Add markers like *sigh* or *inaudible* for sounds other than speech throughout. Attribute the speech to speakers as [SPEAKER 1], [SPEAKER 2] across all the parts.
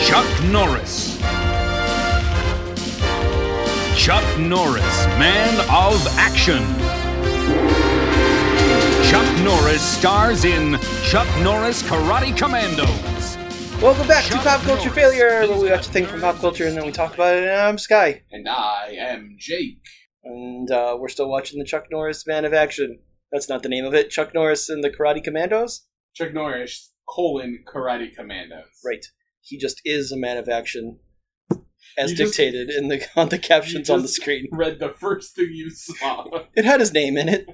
[SPEAKER 1] Chuck Norris. Chuck Norris, man of action. Chuck Norris stars in Chuck Norris Karate Commandos.
[SPEAKER 2] Welcome back
[SPEAKER 1] Chuck
[SPEAKER 2] to Pop Culture
[SPEAKER 1] Norris.
[SPEAKER 2] Failure, where we watch a thing from pop culture and then we talk about it. And I'm Sky,
[SPEAKER 3] And I am Jake.
[SPEAKER 2] and uh, we're still watching the Chuck Norris Man of Action. That's not the name of it. Chuck Norris and the Karate Commandos.
[SPEAKER 3] Chuck Norris, colon, Karate Commandos.
[SPEAKER 2] Right. He just is a man of action, as
[SPEAKER 3] You just-
[SPEAKER 2] dictated in the *laughs* on the captions
[SPEAKER 3] You
[SPEAKER 2] on the
[SPEAKER 3] just-
[SPEAKER 2] screen.
[SPEAKER 3] Read the first thing you saw. *laughs*
[SPEAKER 2] It had his name in it.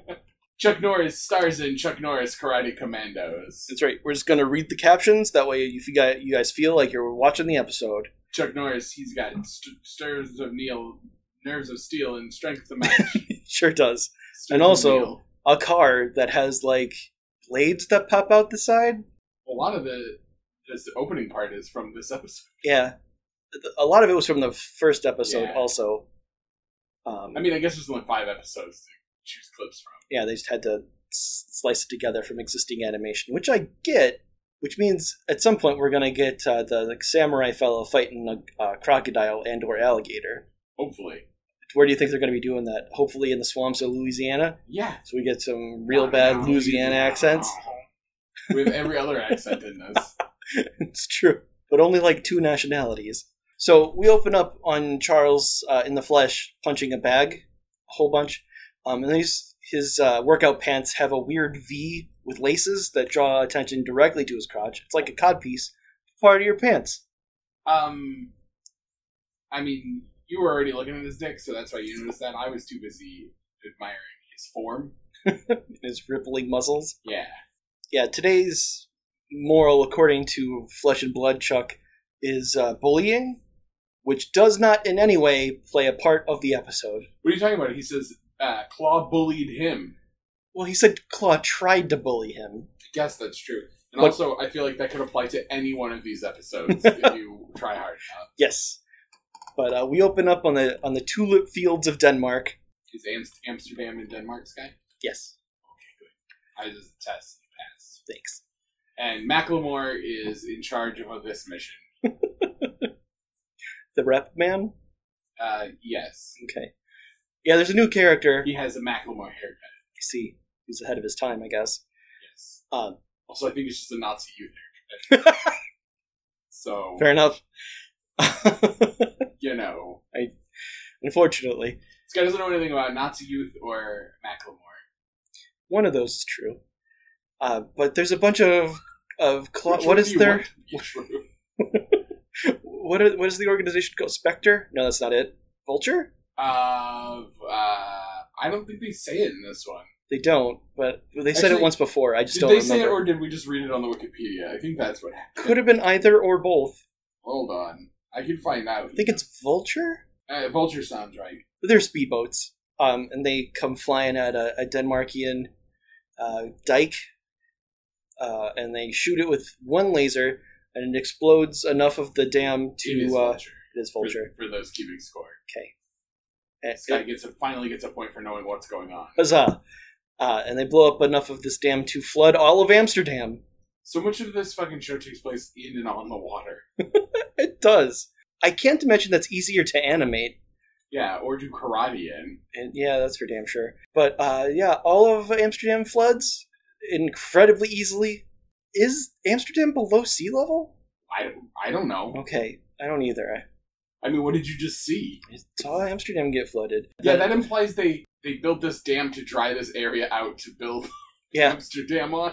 [SPEAKER 3] Chuck Norris stars in Chuck Norris Karate Commandos.
[SPEAKER 2] That's right. We're just gonna read the captions. That way, if you guys you guys feel like you're watching the episode, *laughs*
[SPEAKER 3] Chuck Norris, he's got st- stirs of Neil, nerves of steel, and strength
[SPEAKER 2] *laughs*
[SPEAKER 3] to match.
[SPEAKER 2] it sure does.
[SPEAKER 3] Stirs
[SPEAKER 2] And
[SPEAKER 3] of
[SPEAKER 2] also-
[SPEAKER 3] Neil.
[SPEAKER 2] A car that has like blades that pop out the side.
[SPEAKER 3] a lot of the this opening part is from this episode.
[SPEAKER 2] Yeah, a lot of it was from the first episode.
[SPEAKER 3] Yeah.
[SPEAKER 2] Also, um,
[SPEAKER 3] I mean, I guess there's only five episodes to choose clips from.
[SPEAKER 2] yeah, they just had to s- slice it together from existing animation, which I get. Which means at some point we're gonna get uh, the like, samurai fellow fighting a uh, crocodile and or alligator.
[SPEAKER 3] Hopefully,
[SPEAKER 2] Where do you think they're gonna be doing that? Hopefully in the swamps of Louisiana,
[SPEAKER 3] yeah.
[SPEAKER 2] so we get some real bad Louisiana accents.
[SPEAKER 3] with every other accent in this.
[SPEAKER 2] *laughs* it's true, but only like two nationalities. So we open up on Charles uh, in the flesh punching a bag, a whole bunch, um, and these his uh, workout pants have a weird V with laces that draw attention directly to his crotch. It's like a codpiece, part of your pants.
[SPEAKER 3] Um, I mean, you were already looking at his dick, so that's why you noticed that. I was too busy admiring his form.
[SPEAKER 2] His rippling muscles.
[SPEAKER 3] Yeah,
[SPEAKER 2] Yeah, today's moral, according to Flesh and Blood Chuck, is uh, bullying, which does not in any way play a part of the episode.
[SPEAKER 3] what are you talking about? He says uh, Claw bullied him.
[SPEAKER 2] Well, he said Claw tried to bully him.
[SPEAKER 3] I guess that's true. And
[SPEAKER 2] But-
[SPEAKER 3] also, I feel like that could apply to any one of these episodes if you try hard enough.
[SPEAKER 2] Yes. But uh, we open up on the on the tulip fields of Denmark.
[SPEAKER 3] Is Amst- Amsterdam in Denmark, Sky?
[SPEAKER 2] Yes.
[SPEAKER 3] I just test and passed.
[SPEAKER 2] Thanks.
[SPEAKER 3] And Macklemore is in charge of this mission.
[SPEAKER 2] The rep man.
[SPEAKER 3] Uh, yes,
[SPEAKER 2] Okay. Yeah, there's a new character.
[SPEAKER 3] he has a Macklemore haircut.
[SPEAKER 2] I see. He's ahead of his time, I guess.
[SPEAKER 3] Yes.
[SPEAKER 2] Um,
[SPEAKER 3] Also, I think it's just a Nazi youth haircut.
[SPEAKER 2] *laughs*
[SPEAKER 3] So
[SPEAKER 2] fair enough. *laughs*
[SPEAKER 3] you know.
[SPEAKER 2] Unfortunately,
[SPEAKER 3] This guy doesn't know anything about Nazi youth or Macklemore.
[SPEAKER 2] one of those is true. Uh, but there's a bunch of of cla-
[SPEAKER 3] Which
[SPEAKER 2] what
[SPEAKER 3] one
[SPEAKER 2] is
[SPEAKER 3] do you
[SPEAKER 2] there?
[SPEAKER 3] want to be true?
[SPEAKER 2] *laughs* What are, what is the organization called? Spectre? No, that's not it. Vulture?
[SPEAKER 3] Of uh, I don't think they say it in this one.
[SPEAKER 2] They don't. But they said it
[SPEAKER 3] Actually,
[SPEAKER 2] once before. I just
[SPEAKER 3] Did
[SPEAKER 2] don't
[SPEAKER 3] they
[SPEAKER 2] remember.
[SPEAKER 3] say it or did we just read it on the Wikipedia? I think that's what happened.
[SPEAKER 2] Could have been either or both.
[SPEAKER 3] Hold on, I can find out.
[SPEAKER 2] I think it's Vulture.
[SPEAKER 3] uh, Vulture sounds right.
[SPEAKER 2] They're speedboats, um, and they come flying at a, a Denmarkian uh, dike, uh, and they shoot it with one laser, and it explodes enough of the dam to
[SPEAKER 3] it is
[SPEAKER 2] uh,
[SPEAKER 3] Vulture.
[SPEAKER 2] it is
[SPEAKER 3] for-
[SPEAKER 2] Vulture.
[SPEAKER 3] for, those keeping score.
[SPEAKER 2] And-
[SPEAKER 3] This guy gets a, finally gets a point for knowing what's going on.
[SPEAKER 2] huzzah! Uh, and they blow up enough of this dam to flood all of Amsterdam.
[SPEAKER 3] So much of this fucking show takes place in and on the water.
[SPEAKER 2] It does. I can't imagine that's easier to animate.
[SPEAKER 3] Yeah, or do karate in.
[SPEAKER 2] And yeah, that's for damn sure. But uh, yeah, all of Amsterdam floods incredibly easily. Is Amsterdam below sea level?
[SPEAKER 3] I I don't know.
[SPEAKER 2] Okay, I don't either. I-
[SPEAKER 3] I mean, what did you just see?
[SPEAKER 2] I saw Amsterdam get flooded.
[SPEAKER 3] Yeah, that implies they they built this dam to dry this area out to build
[SPEAKER 2] *laughs* yeah.
[SPEAKER 3] Amsterdam on.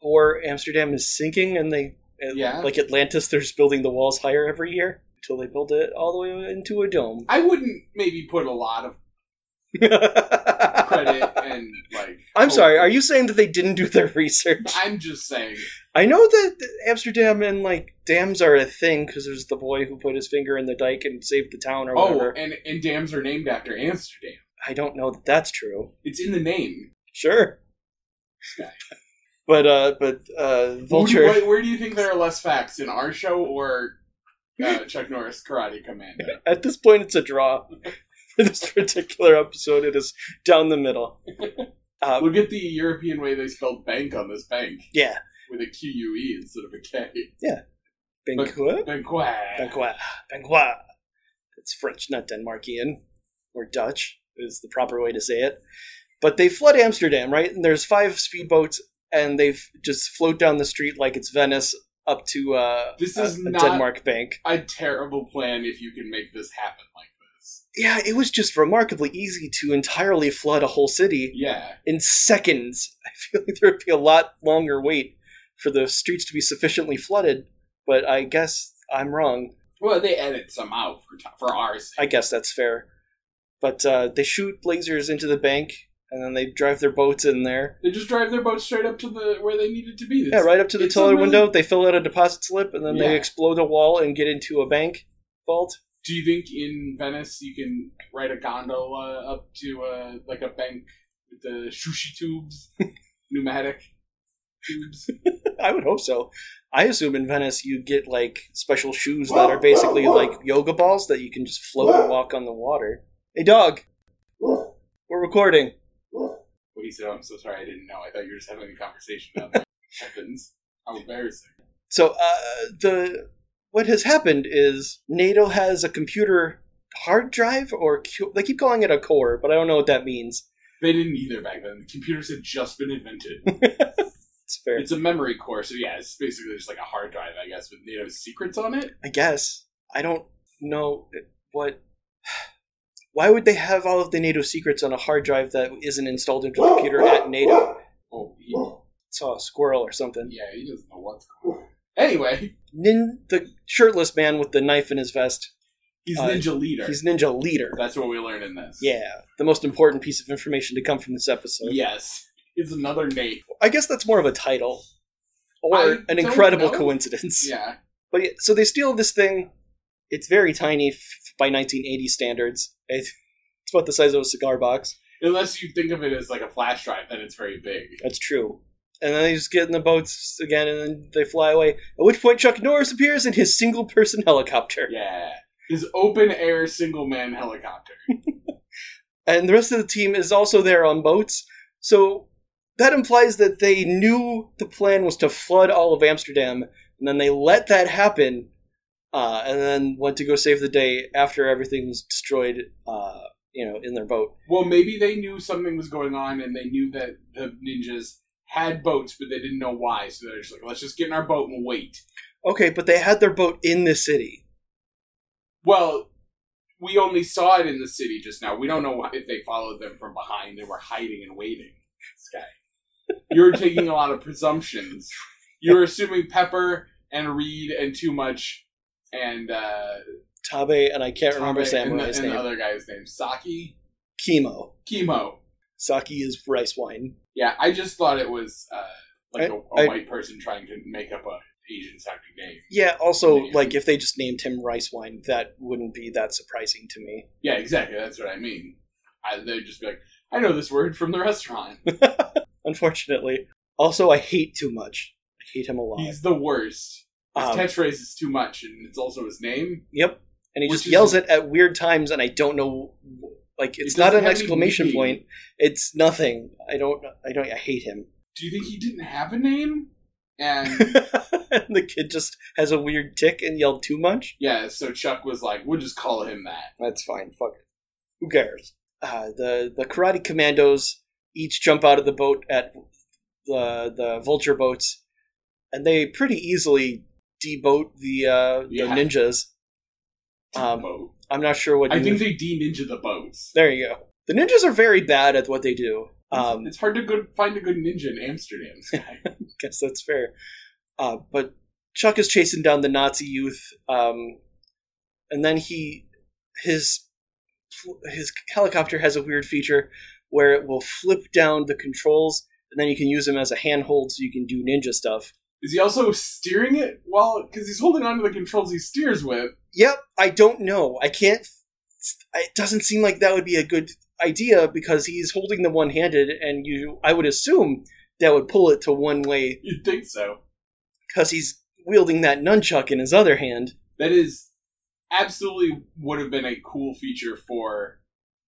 [SPEAKER 2] Or Amsterdam is sinking, and they uh,
[SPEAKER 3] Yeah.
[SPEAKER 2] like Atlantis. They're just building the walls higher every year until they build it all the way into a dome.
[SPEAKER 3] I wouldn't maybe put a lot of credit and like.
[SPEAKER 2] *laughs* I'm
[SPEAKER 3] hope-
[SPEAKER 2] sorry. Are you saying that they didn't do their *laughs* research?
[SPEAKER 3] I'm just saying.
[SPEAKER 2] I know that Amsterdam and like dams are a thing because there's the boy who put his finger in the dike and saved the town or
[SPEAKER 3] Oh,
[SPEAKER 2] whatever.
[SPEAKER 3] and and dams are named after Amsterdam.
[SPEAKER 2] I don't know that that's true.
[SPEAKER 3] It's in the name.
[SPEAKER 2] Sure.
[SPEAKER 3] Okay.
[SPEAKER 2] *laughs* But uh, but uh, vulture.
[SPEAKER 3] Where, where do you think there are less facts in our
[SPEAKER 2] *laughs*
[SPEAKER 3] show or uh, Chuck Norris Karate Commando?
[SPEAKER 2] At this point, it's a draw *laughs* for this particular episode. It is down the middle. Uh,
[SPEAKER 3] Look at the European way they spelled bank on this bank
[SPEAKER 2] yeah,
[SPEAKER 3] with a Q U E instead of a K.
[SPEAKER 2] Banquet?
[SPEAKER 3] Banquet.
[SPEAKER 2] Banquet. Banquet. It's French, not Denmarkian or Dutch is the proper way to say it. But they flood Amsterdam, right? And there's five speedboats, and they just float down the street like it's Venice up to uh,
[SPEAKER 3] This
[SPEAKER 2] a-
[SPEAKER 3] is
[SPEAKER 2] a
[SPEAKER 3] not-
[SPEAKER 2] Denmark bank.
[SPEAKER 3] A terrible plan if you can make this happen like this.
[SPEAKER 2] Yeah, it was just remarkably easy to entirely flood a whole city
[SPEAKER 3] Yeah.
[SPEAKER 2] in seconds. *laughs* I feel like there would be a lot longer wait for the streets to be sufficiently flooded, but I guess I'm wrong.
[SPEAKER 3] Well, they edit some out for t- for ours.
[SPEAKER 2] I guess that's fair. But uh, they shoot lasers into the bank, and then they drive their boats in there.
[SPEAKER 3] They just drive their boat straight up to the where they needed to be.
[SPEAKER 2] Yeah, right up to the
[SPEAKER 3] it's a
[SPEAKER 2] teller
[SPEAKER 3] really-
[SPEAKER 2] window. They fill out a deposit slip, and then
[SPEAKER 3] Yeah.
[SPEAKER 2] they explode a wall and get into a bank vault. *laughs*
[SPEAKER 3] Do you think in Venice you can ride a gondola up to uh, like a bank with the
[SPEAKER 2] *laughs*
[SPEAKER 3] sushi tubes, pneumatic tubes?
[SPEAKER 2] I would hope so. I assume in Venice you get like special shoes
[SPEAKER 4] Whoa,
[SPEAKER 2] that are basically
[SPEAKER 4] whoa, whoa.
[SPEAKER 2] like yoga balls that you can just float and walk on the water. Hey, dog, we're recording.
[SPEAKER 3] What he said, oh, I'm so sorry, I didn't know. I thought you were just having a conversation
[SPEAKER 2] *laughs*
[SPEAKER 3] about my heavens. How embarrassing.
[SPEAKER 2] So uh, the what has happened is NATO has a computer hard drive or cu- they keep calling it a core, but I don't know what that means.
[SPEAKER 3] They didn't either back then. The computers had just been invented.
[SPEAKER 2] It's fair,
[SPEAKER 3] it's a memory core, so yeah, it's basically just like a hard drive, I guess, with NATO's secrets on it.
[SPEAKER 2] I guess. I don't know what. *sighs* Why would they have all of the NATO secrets on a hard drive that isn't installed into the computer at NATO?
[SPEAKER 3] Oh, he,
[SPEAKER 2] Saw a squirrel or something.
[SPEAKER 3] yeah, he doesn't know what's going on. Anyway,
[SPEAKER 2] Nin, the shirtless man with the knife in his vest.
[SPEAKER 3] he's
[SPEAKER 2] Uh,
[SPEAKER 3] Ninja Leader.
[SPEAKER 2] He's Ninja Leader.
[SPEAKER 3] That's what we learn in this.
[SPEAKER 2] Yeah, the most important piece of information to come from this episode.
[SPEAKER 3] Yes. It's another Nate.
[SPEAKER 2] I guess that's more of a title or
[SPEAKER 3] I
[SPEAKER 2] an
[SPEAKER 3] don't
[SPEAKER 2] incredible
[SPEAKER 3] know.
[SPEAKER 2] coincidence.
[SPEAKER 3] Yeah.
[SPEAKER 2] *laughs* But yeah, so they steal this thing. It's very tiny f- by 1980 standards. It- It's about the size of a cigar box.
[SPEAKER 3] Unless you think of it as like a flash drive, then it's very big.
[SPEAKER 2] That's true. And then they just get in the boats again, and then they fly away. At which point, Chuck Norris appears in his single-person helicopter,
[SPEAKER 3] Yeah. His open air single man helicopter.
[SPEAKER 2] and the rest of the team is also there on boats. So that implies that they knew the plan was to flood all of Amsterdam, and then they let that happen, uh, and then went to go save the day after everything was destroyed. Uh, you know, in their boat.
[SPEAKER 3] Well, maybe they knew something was going on and they knew that the ninjas had boats, but they didn't know why. So they're just like, let's just get in our boat and wait.
[SPEAKER 2] Okay, but they had their boat in the city.
[SPEAKER 3] Well, we only saw it in the city just now. We don't know why- if they followed them from behind. They were hiding and waiting. This guy. *laughs* You're taking a lot of presumptions. You're assuming Pepper and Reed and Too Much and uh,
[SPEAKER 2] Tabe and I can't remember
[SPEAKER 3] Tabe and, the,
[SPEAKER 2] Samurai's
[SPEAKER 3] and the
[SPEAKER 2] name.
[SPEAKER 3] other guy's name. Saki?
[SPEAKER 2] Chemo.
[SPEAKER 3] Chemo.
[SPEAKER 2] Saki is rice wine.
[SPEAKER 3] Yeah, I just thought it was uh, like a a
[SPEAKER 2] I- I-
[SPEAKER 3] white person trying to make up a Asian sounding name.
[SPEAKER 2] Yeah, also,
[SPEAKER 3] Name.
[SPEAKER 2] like, if they just named him rice wine, that wouldn't be that surprising to me.
[SPEAKER 3] Yeah, exactly. That's what I mean. I, they'd just be like, I know this word from the restaurant.
[SPEAKER 2] Unfortunately. Also, I hate too much. I hate him a lot.
[SPEAKER 3] He's the worst. His
[SPEAKER 2] Um,
[SPEAKER 3] catchphrase is too much, and it's also his name.
[SPEAKER 2] yep. And he
[SPEAKER 3] Which
[SPEAKER 2] just
[SPEAKER 3] is-
[SPEAKER 2] yells it at weird times, and I don't know. Like, it's not
[SPEAKER 3] doesn't
[SPEAKER 2] an
[SPEAKER 3] have any
[SPEAKER 2] exclamation
[SPEAKER 3] meaning.
[SPEAKER 2] point. It's nothing. I don't. I don't. I hate him. *laughs*
[SPEAKER 3] Do you think he didn't have a name? And
[SPEAKER 2] and the kid just has a weird tick and yelled too much.
[SPEAKER 3] yeah, so Chuck was like, we'll just call him that.
[SPEAKER 2] That's fine. Fuck it. Who cares? Uh, the the karate commandos each jump out of the boat at the the vulture boats, and they pretty easily deboat the uh, the
[SPEAKER 3] Yeah.
[SPEAKER 2] ninjas. Um,
[SPEAKER 3] Boat.
[SPEAKER 2] I'm not sure what.
[SPEAKER 3] I
[SPEAKER 2] you-
[SPEAKER 3] think they de ninja the boats.
[SPEAKER 2] there you go. The ninjas are very bad at what they do. Um,
[SPEAKER 3] it's hard to good, find a good ninja in Amsterdam.
[SPEAKER 2] *laughs*
[SPEAKER 3] Sky.
[SPEAKER 2] guess that's fair. Uh, but Chuck is chasing down the Nazi youth, um, and then he his his helicopter has a weird feature where it will flip down the controls, and then you can use them as a handhold, so you can do ninja stuff.
[SPEAKER 3] Is he also steering it? Well, because he's holding on to the controls he steers with.
[SPEAKER 2] Yep, I don't know. I can't. It doesn't seem like that would be a good idea because he's holding them one handed, and you. I would assume that would pull it to one way
[SPEAKER 3] You'd think so.
[SPEAKER 2] because he's wielding that nunchuck in his other hand.
[SPEAKER 3] That is absolutely would have been a cool feature for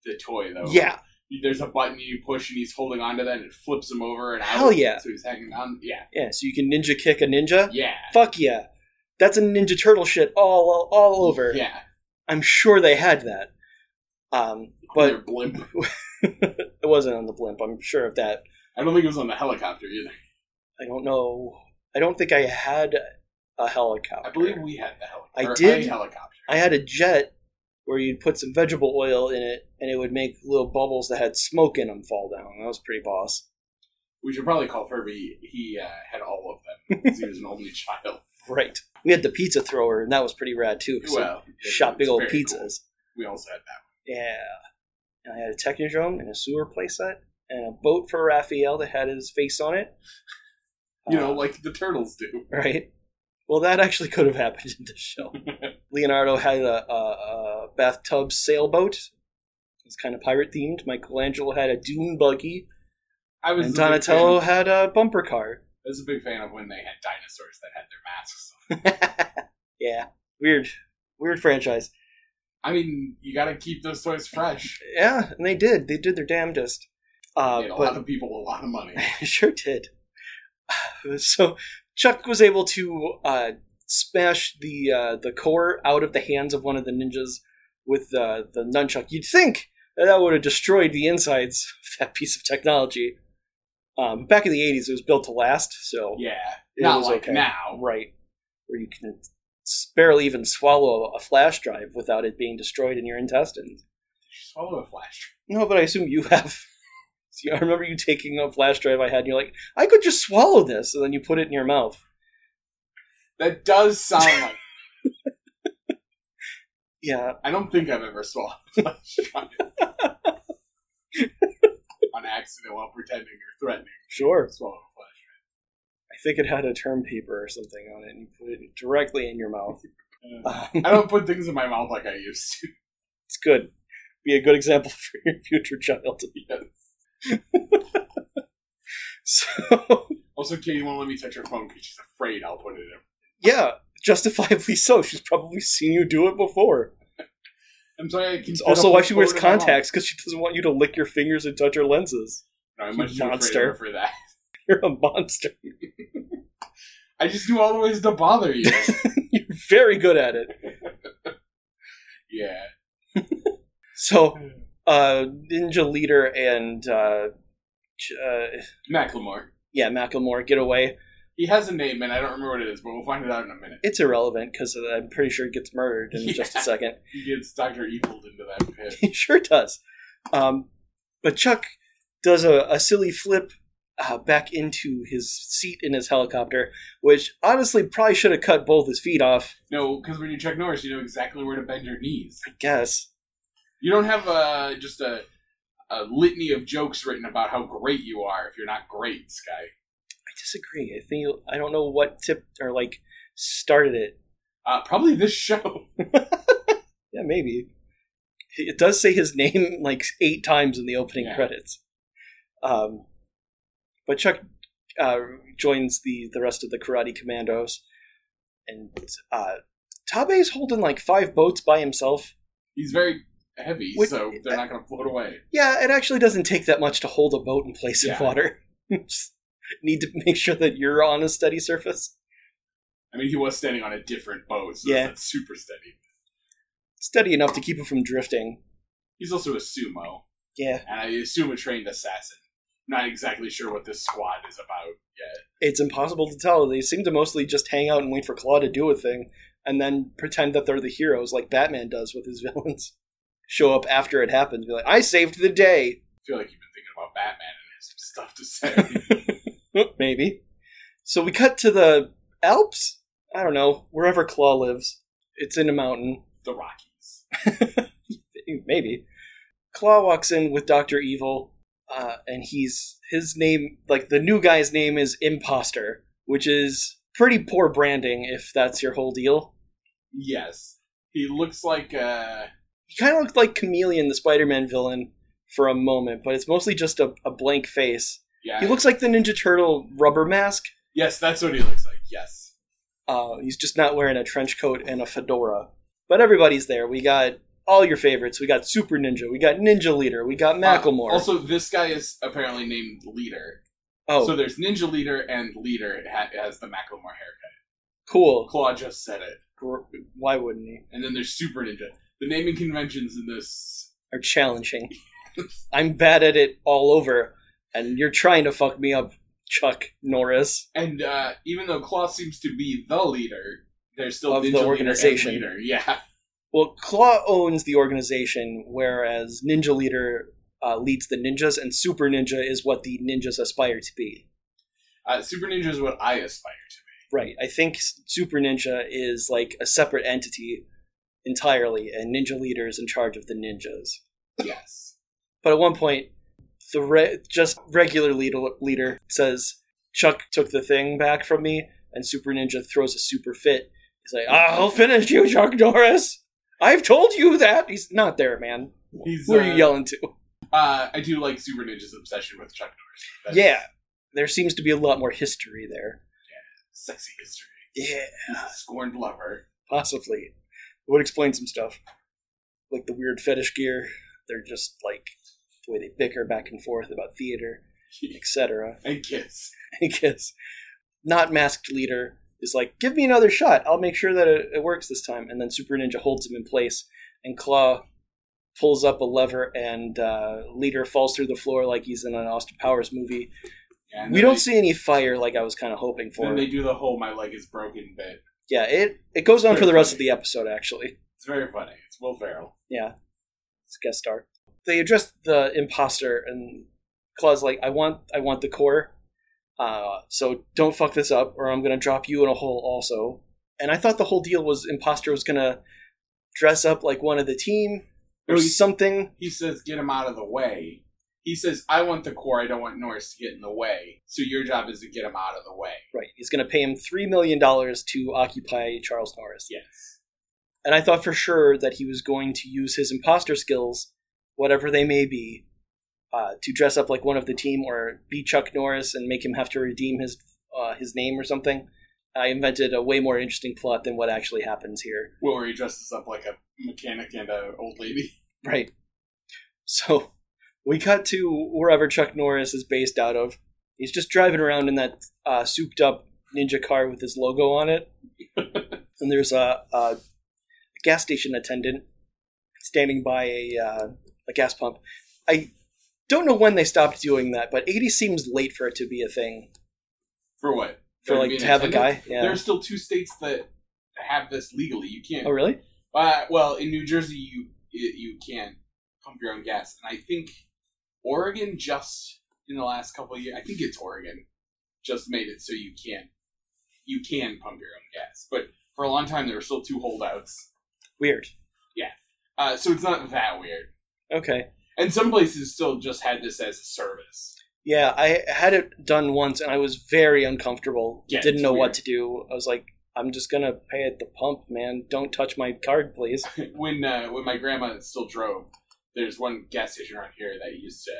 [SPEAKER 3] the toy, though.
[SPEAKER 2] Yeah,
[SPEAKER 3] There's a button you push, and he's holding onto that, and it flips him over and out.
[SPEAKER 2] Hell yeah.
[SPEAKER 3] So he's hanging on. Yeah.
[SPEAKER 2] Yeah, so you can ninja kick a ninja?
[SPEAKER 3] Yeah.
[SPEAKER 2] Fuck yeah. That's a Ninja Turtle shit all all over.
[SPEAKER 3] Yeah,
[SPEAKER 2] I'm sure they had that. Um, but
[SPEAKER 3] their blimp.
[SPEAKER 2] *laughs* it wasn't on the blimp. I'm sure of that.
[SPEAKER 3] I don't think it was on the helicopter either.
[SPEAKER 2] I don't know. I don't think I had a helicopter.
[SPEAKER 3] I believe we had the helicopter.
[SPEAKER 2] I
[SPEAKER 3] or
[SPEAKER 2] did.
[SPEAKER 3] a helicopter.
[SPEAKER 2] I had a jet where you'd put some vegetable oil in it, and it would make little bubbles that had smoke in them fall down. That was pretty boss.
[SPEAKER 3] We should probably call Furby. He uh, had all of them because he was an only child.
[SPEAKER 2] *laughs* Right. We had the pizza thrower, and that was pretty rad too. 'cause it
[SPEAKER 3] Well, it
[SPEAKER 2] shot big
[SPEAKER 3] was
[SPEAKER 2] old
[SPEAKER 3] very
[SPEAKER 2] pizzas.
[SPEAKER 3] cool. We also had that.
[SPEAKER 2] Yeah. And I had a Technodrome and a sewer playset and a boat for Raphael that had his face on it.
[SPEAKER 3] *laughs* You know,
[SPEAKER 2] Uh,
[SPEAKER 3] like the turtles do.
[SPEAKER 2] right? Well, that actually could have happened in the
[SPEAKER 3] *laughs*
[SPEAKER 2] show. Leonardo had a, a, a bathtub sailboat. It was kind of pirate themed. Michelangelo had a dune buggy,
[SPEAKER 3] I was
[SPEAKER 2] and
[SPEAKER 3] a big
[SPEAKER 2] Donatello
[SPEAKER 3] fan-
[SPEAKER 2] had a bumper car.
[SPEAKER 3] I was a big fan of when they had dinosaurs that had their masks. on.
[SPEAKER 2] yeah, weird, weird franchise.
[SPEAKER 3] I mean, you got to keep those toys fresh.
[SPEAKER 2] Yeah, and they did. They did their damnedest. Uh,
[SPEAKER 3] Made a
[SPEAKER 2] but
[SPEAKER 3] lot of people a lot
[SPEAKER 2] *laughs*
[SPEAKER 3] of money.
[SPEAKER 2] It sure did. *sighs* So Chuck was able to uh, smash the uh, the core out of the hands of one of the ninjas with uh, the nunchuck. You'd think that, that would have destroyed the insides *laughs* of that piece of technology. Um, back in the '80s, it was built to last, so
[SPEAKER 3] Yeah,
[SPEAKER 2] it
[SPEAKER 3] not
[SPEAKER 2] was
[SPEAKER 3] like
[SPEAKER 2] okay.
[SPEAKER 3] now.
[SPEAKER 2] right? Where you can s- barely even swallow a flash drive without it being destroyed in your intestines.
[SPEAKER 3] Swallow a flash.
[SPEAKER 2] No, but I assume you *laughs* have. See, I remember you taking a flash drive I had, and you're like, I could just swallow this, and then you put it in your mouth.
[SPEAKER 3] That
[SPEAKER 2] *laughs*
[SPEAKER 3] does sound like.
[SPEAKER 2] Yeah,
[SPEAKER 3] I don't think I've ever swallowed a *laughs* flash drive
[SPEAKER 2] *laughs*
[SPEAKER 3] on accident while pretending or threatening
[SPEAKER 2] sure.
[SPEAKER 3] to swallow a flash.
[SPEAKER 2] I think it had a term paper or something on it, and you put it directly in your mouth. *laughs* Um,
[SPEAKER 3] I don't put things in my mouth like I used to.
[SPEAKER 2] it's good. Be a good example *laughs* for your future child.
[SPEAKER 3] Yes.
[SPEAKER 2] *laughs* So, *laughs*
[SPEAKER 3] Also, Katie won't let me touch her phone because she's afraid I'll put it in.
[SPEAKER 2] yeah, justifiably so. She's probably seen you do it before.
[SPEAKER 3] I'm sorry. I can
[SPEAKER 2] It's
[SPEAKER 3] fit a
[SPEAKER 2] also
[SPEAKER 3] whole
[SPEAKER 2] why she wears
[SPEAKER 3] phone in my mouth.
[SPEAKER 2] contacts, because she doesn't want you to lick your fingers and touch her lenses. *laughs*
[SPEAKER 3] No, I'm
[SPEAKER 2] You
[SPEAKER 3] much too
[SPEAKER 2] monster.
[SPEAKER 3] afraid of her for that.
[SPEAKER 2] You're a monster. *laughs*
[SPEAKER 3] I just do all the ways to bother you. *laughs*
[SPEAKER 2] You're very good at it.
[SPEAKER 3] yeah.
[SPEAKER 2] So, uh, Ninja Leader and uh, Ch- uh,
[SPEAKER 3] Macklemore.
[SPEAKER 2] yeah, Macklemore get away.
[SPEAKER 3] He has a name, and I don't remember what it is, but we'll find it out in a minute.
[SPEAKER 2] It's irrelevant because I'm pretty sure he gets murdered in just a
[SPEAKER 3] Yeah.
[SPEAKER 2] second.
[SPEAKER 3] He gets Dr. Evil into that pit.
[SPEAKER 2] He sure does. Um, but Chuck does a, a silly flip uh, back into his seat in his helicopter, which honestly probably should have cut both his feet off.
[SPEAKER 3] No, because when you check Norris, you know exactly where to bend your knees.
[SPEAKER 2] I guess
[SPEAKER 3] You don't have uh, just a, a litany of jokes written about how great you are if you're not great, Sky.
[SPEAKER 2] I disagree. I think I don't know what tipped or like started it.
[SPEAKER 3] Uh, probably this *laughs* show.
[SPEAKER 2] Yeah, maybe. It does say his name *laughs* like eight times in the opening
[SPEAKER 3] Yeah.
[SPEAKER 2] credits. Um, but Chuck uh, joins the the rest of the Karate Commandos, and uh, Tabe's holding like five boats by himself.
[SPEAKER 3] He's very heavy,
[SPEAKER 2] Which-
[SPEAKER 3] so they're not going to float away.
[SPEAKER 2] Yeah, it actually doesn't take that much to hold a boat in place
[SPEAKER 3] Yeah.
[SPEAKER 2] in water. *laughs* Just need to make sure that you're on a steady surface.
[SPEAKER 3] I mean, he was standing on a different boat, so
[SPEAKER 2] Yeah.
[SPEAKER 3] that's not super steady.
[SPEAKER 2] Steady enough to keep him from drifting.
[SPEAKER 3] He's also a sumo,
[SPEAKER 2] Yeah,
[SPEAKER 3] and I assume a trained assassin. Not exactly sure what this squad is about yet.
[SPEAKER 2] it's impossible to tell. They seem to mostly just hang out and wait for Claw to do a thing and then pretend that they're the heroes like Batman does with his *laughs* villains. Show up after it happens, be like, I saved the day! *laughs*
[SPEAKER 3] I feel like you've been thinking about Batman and has some stuff to say.
[SPEAKER 2] Maybe. So we cut to the Alps? I don't know, wherever Claw lives. It's in a mountain.
[SPEAKER 3] the Rockies.
[SPEAKER 2] Maybe. Claw walks in with Dr. Evil, uh, and he's. His name, like, the new guy's name is Imposter, which is pretty poor branding if that's your whole deal.
[SPEAKER 3] Yes. He looks like uh
[SPEAKER 2] he kind of looked like Chameleon, the Spider-Man villain, for a moment, but it's mostly just a, a blank face.
[SPEAKER 3] yeah.
[SPEAKER 2] He looks like the Ninja Turtle rubber mask.
[SPEAKER 3] Yes, that's what he looks like. Yes.
[SPEAKER 2] Uh, he's just not wearing a trench coat and a fedora. But everybody's there. We got all your favorites. We got Super Ninja. We got Ninja Leader. We got Macklemore.
[SPEAKER 3] Uh, also, this guy is apparently named Leader.
[SPEAKER 2] oh,
[SPEAKER 3] So there's Ninja Leader and Leader ha- has the Macklemore haircut.
[SPEAKER 2] Cool.
[SPEAKER 3] Claw just said it.
[SPEAKER 2] Gr- Why wouldn't he?
[SPEAKER 3] And then there's Super Ninja. The naming conventions in this.
[SPEAKER 2] Are challenging. I'm bad at it all over, and you're trying to fuck me up, Chuck Norris.
[SPEAKER 3] And uh, even though Claw seems to be the leader, there's still
[SPEAKER 2] Of the
[SPEAKER 3] Ninja leader and
[SPEAKER 2] organization.
[SPEAKER 3] Leader. *laughs* Yeah.
[SPEAKER 2] Well, Claw owns the organization, whereas Ninja Leader uh, leads the ninjas, and Super Ninja is what the ninjas aspire to be.
[SPEAKER 3] Uh, Super Ninja is what I aspire to
[SPEAKER 2] Right. I think S- Super Ninja is like a separate entity entirely, and Ninja Leader is in charge of the ninjas.
[SPEAKER 3] be. Yes.
[SPEAKER 2] But at one point, the re- just regular lead- leader says, Chuck took the thing back from me, and Super Ninja throws a super fit. He's like, I'll finish you, Chuck Norris! I've told you that! He's not there, man.
[SPEAKER 3] He's,
[SPEAKER 2] Who are you
[SPEAKER 3] uh,
[SPEAKER 2] yelling to?
[SPEAKER 3] Uh, I do like Super Ninja's obsession with Chuck Norris. That's
[SPEAKER 2] Yeah, there seems to be a lot more history there.
[SPEAKER 3] Sexy history.
[SPEAKER 2] Yeah,
[SPEAKER 3] He's a scorned lover. *laughs*
[SPEAKER 2] possibly. It would explain some stuff. Like the weird fetish gear. They're just like the way they bicker back and forth about theater, etc.
[SPEAKER 3] and kiss.
[SPEAKER 2] *laughs* I guess. Not masked leader is like, give me another shot. I'll make sure that it, it works this time. And then Super Ninja holds him in place, and Claw pulls up a lever, and uh, leader falls through the floor like he's in an Austin Powers movie.
[SPEAKER 3] Yeah, and
[SPEAKER 2] We
[SPEAKER 3] then
[SPEAKER 2] don't
[SPEAKER 3] they-
[SPEAKER 2] see any fire like I was kind of hoping for.
[SPEAKER 3] Then they do the whole "my leg is broken" bit.
[SPEAKER 2] yeah, it it goes on
[SPEAKER 3] Very
[SPEAKER 2] for the rest of
[SPEAKER 3] funny.
[SPEAKER 2] the episode. Actually,
[SPEAKER 3] It's very funny. It's Will Ferrell.
[SPEAKER 2] yeah, it's a guest star. They address the imposter, and Claw's like, "I want, I want the core. Uh, so don't fuck this up, or I'm gonna drop you in a hole." Also, and I thought the whole deal was imposter was gonna dress up like one of the team or
[SPEAKER 3] No, he-
[SPEAKER 2] something.
[SPEAKER 3] He says, "Get him out of the way." He says, "I want the core. I don't want Norris to get in the way. So your job is to get him out of the way."
[SPEAKER 2] Right, he's gonna pay him three million dollars to occupy Charles Norris.
[SPEAKER 3] Yes.
[SPEAKER 2] and I thought for sure that he was going to use his imposter skills, whatever they may be, uh, to dress up like one of the team or be Chuck Norris and make him have to redeem his uh, his name or something. I invented a way more interesting plot than what actually happens here.
[SPEAKER 3] Well, where he dresses up like a mechanic and an old lady. *laughs*
[SPEAKER 2] Right. So we cut to wherever Chuck Norris is based out of. He's just driving around in that uh, souped up ninja car with his logo on *laughs* it. and there's a, a gas station attendant standing by a, uh, a gas pump. I don't know when they stopped doing that, but 80 seems late for it to be a thing.
[SPEAKER 3] For what?
[SPEAKER 2] For, like,
[SPEAKER 3] being
[SPEAKER 2] to have a
[SPEAKER 3] attendant?
[SPEAKER 2] guy? Yeah.
[SPEAKER 3] There are still two states that have this legally. You can't.
[SPEAKER 2] Oh, really?
[SPEAKER 3] Uh, well, in New Jersey, you you you can pump your own gas, and I think Oregon just in the last couple of years, I think it's Oregon, just made it so you can you can pump your own gas. But for a long time, there were still two holdouts,
[SPEAKER 2] Weird.
[SPEAKER 3] uh, so it's not that weird.
[SPEAKER 2] Okay.
[SPEAKER 3] And some places still just had this as a service.
[SPEAKER 2] Yeah, I had it done once and I was very uncomfortable.
[SPEAKER 3] Yeah,
[SPEAKER 2] Didn't
[SPEAKER 3] it's
[SPEAKER 2] know
[SPEAKER 3] weird.
[SPEAKER 2] what to do. I was like, I'm just going to pay at the pump, man. Don't touch my card,
[SPEAKER 3] *laughs*
[SPEAKER 2] please.
[SPEAKER 3] When uh, when my grandma still drove, there's one gas station around here that used to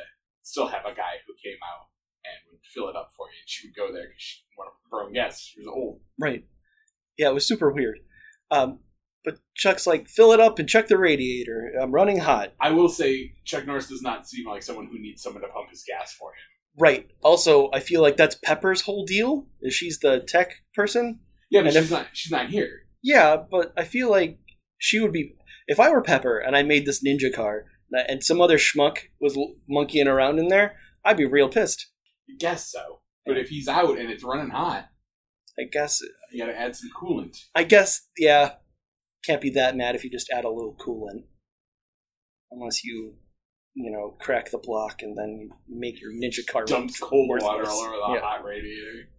[SPEAKER 3] still have a guy who came out and would fill it up for you. And she would go there because she wanted her own gas. She was old.
[SPEAKER 2] Right. Yeah, it was super weird. Um, but Chuck's like, fill it up and check the radiator. I'm running hot.
[SPEAKER 3] I will say Chuck Norris does not seem like someone who needs someone to pump his gas for him.
[SPEAKER 2] Right. Also, I feel like that's Pepper's whole deal. Is she's the tech person?
[SPEAKER 3] Yeah, but
[SPEAKER 2] And if-
[SPEAKER 3] she's not. She's not here.
[SPEAKER 2] Yeah, but I feel like she would be. If I were Pepper and I made this ninja car and some other schmuck was l- monkeying around in there, I'd be real pissed.
[SPEAKER 3] I guess so. But if he's out and it's running hot,
[SPEAKER 2] I guess
[SPEAKER 3] you got to add some coolant.
[SPEAKER 2] I guess, yeah, can't be that mad if you just add a little coolant. Unless you, you know, crack the block and then you make your ninja car.
[SPEAKER 3] Dumps cold water
[SPEAKER 2] worthless.
[SPEAKER 3] all over the
[SPEAKER 2] Yeah.
[SPEAKER 3] hot radiator.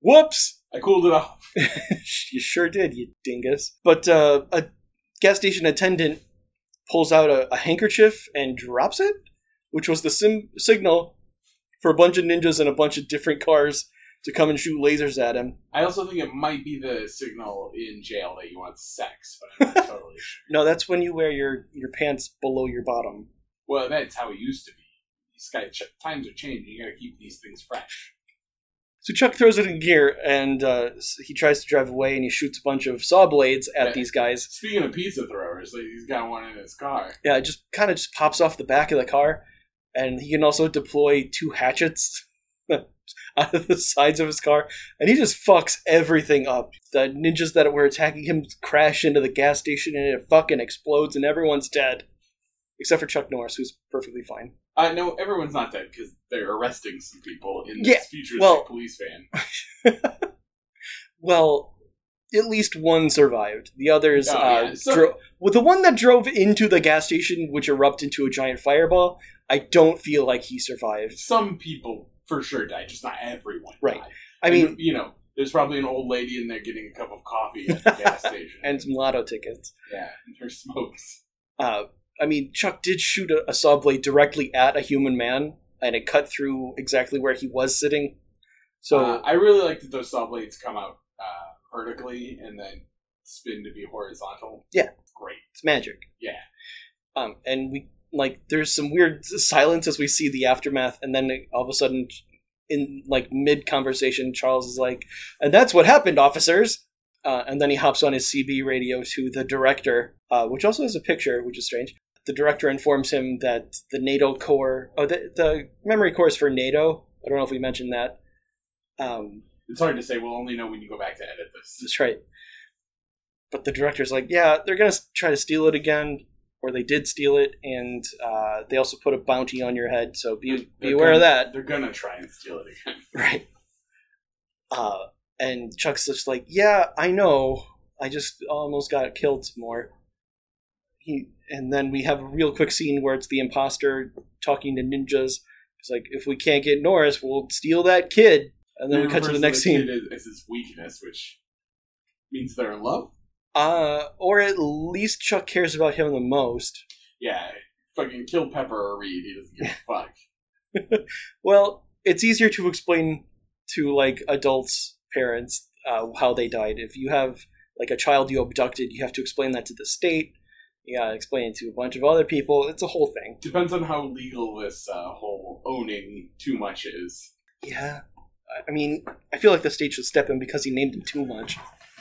[SPEAKER 2] Whoops! *laughs*
[SPEAKER 3] I cooled it off.
[SPEAKER 2] you sure did, you dingus. But uh, a gas station attendant pulls out a, a handkerchief and drops it, which was the sim- signal for a bunch of ninjas and a bunch of different cars to come and shoot lasers at him.
[SPEAKER 3] I also think it might be the signal in jail that you want sex, but I'm
[SPEAKER 2] *laughs*
[SPEAKER 3] not totally sure.
[SPEAKER 2] No, that's when you wear your, your pants below your bottom.
[SPEAKER 3] Well, that's how it used to be. These guy ch- times are changing. You got to keep these things fresh.
[SPEAKER 2] So Chuck throws it in gear, and uh, s- he tries to drive away, and he shoots a bunch of saw blades at
[SPEAKER 3] Yeah.
[SPEAKER 2] these guys.
[SPEAKER 3] Speaking of pizza throwers, like, he's got one in his car.
[SPEAKER 2] Yeah, it just kind of just pops off the back of the car, and he can also deploy two hatchets. *laughs* out of the sides of his car, and he just fucks everything up. The ninjas that were attacking him crash into the gas station, and it fucking explodes, and everyone's dead, except for Chuck Norris, who's perfectly fine.
[SPEAKER 3] Uh, no, everyone's not dead because they're arresting some people in
[SPEAKER 2] Yeah,
[SPEAKER 3] this futuristic
[SPEAKER 2] well-
[SPEAKER 3] police van.
[SPEAKER 2] Well, at least one survived. The others,
[SPEAKER 3] Oh,
[SPEAKER 2] uh,
[SPEAKER 3] yeah. So-
[SPEAKER 2] dro- well, the one that drove into the gas station, which erupted into a giant fireball. I don't feel like he survived.
[SPEAKER 3] Some people for sure died, just not everyone.
[SPEAKER 2] Right.
[SPEAKER 3] died.
[SPEAKER 2] I mean,
[SPEAKER 3] you know, there's probably an old lady in there getting a cup of coffee
[SPEAKER 2] *laughs*
[SPEAKER 3] at the gas station,
[SPEAKER 2] and some lotto tickets.
[SPEAKER 3] yeah, and her smokes.
[SPEAKER 2] Uh, I mean, Chuck did shoot a, a saw blade directly at a human man, and it cut through exactly where he was sitting. So
[SPEAKER 3] uh, I really like that those saw blades come out uh, vertically and then spin to be horizontal.
[SPEAKER 2] Yeah.
[SPEAKER 3] great.
[SPEAKER 2] it's magic.
[SPEAKER 3] Yeah.
[SPEAKER 2] Um, and we like there's some weird silence as we see the aftermath, and then all of a sudden, in like mid conversation, Charles is like, "And that's what happened, officers." Uh, and then he hops on his CB radio to the director, uh, which also has a picture, which is strange. The director informs him that the NATO core, oh, the, the memory core is for NATO. I don't know if we mentioned that. Um,
[SPEAKER 3] It's hard to say. We'll only know when you go back to edit this.
[SPEAKER 2] that's right. But the director's like, yeah, they're gonna s- try to steal it again, or they did steal it, and uh, they also put a bounty on your head, so be be
[SPEAKER 3] They're
[SPEAKER 2] aware of
[SPEAKER 3] gonna-
[SPEAKER 2] that, *laughs*
[SPEAKER 3] They're gonna try and steal it again.
[SPEAKER 2] right? Uh, and Chuck's just like, yeah, I know, I just almost got killed some more. He and then we have a real quick scene where it's the imposter talking to ninjas. He's like, if we can't get Norris, we'll steal that kid, and then we cut to the next scene.
[SPEAKER 3] Is, is his weakness, which means they're in love.
[SPEAKER 2] Uh, or at least Chuck cares about him the most.
[SPEAKER 3] Yeah, fucking kill Pepper or Reed. He doesn't give a fuck.
[SPEAKER 2] Well, it's easier to explain to like adults, parents, uh, how they died. If you have like a child you abducted, you have to explain that to the state. You gotta explain it to a bunch of other people. It's a whole thing.
[SPEAKER 3] Depends on how legal this uh, whole owning too much is.
[SPEAKER 2] Yeah. I- I mean, I feel like the state should step in because he named him too much.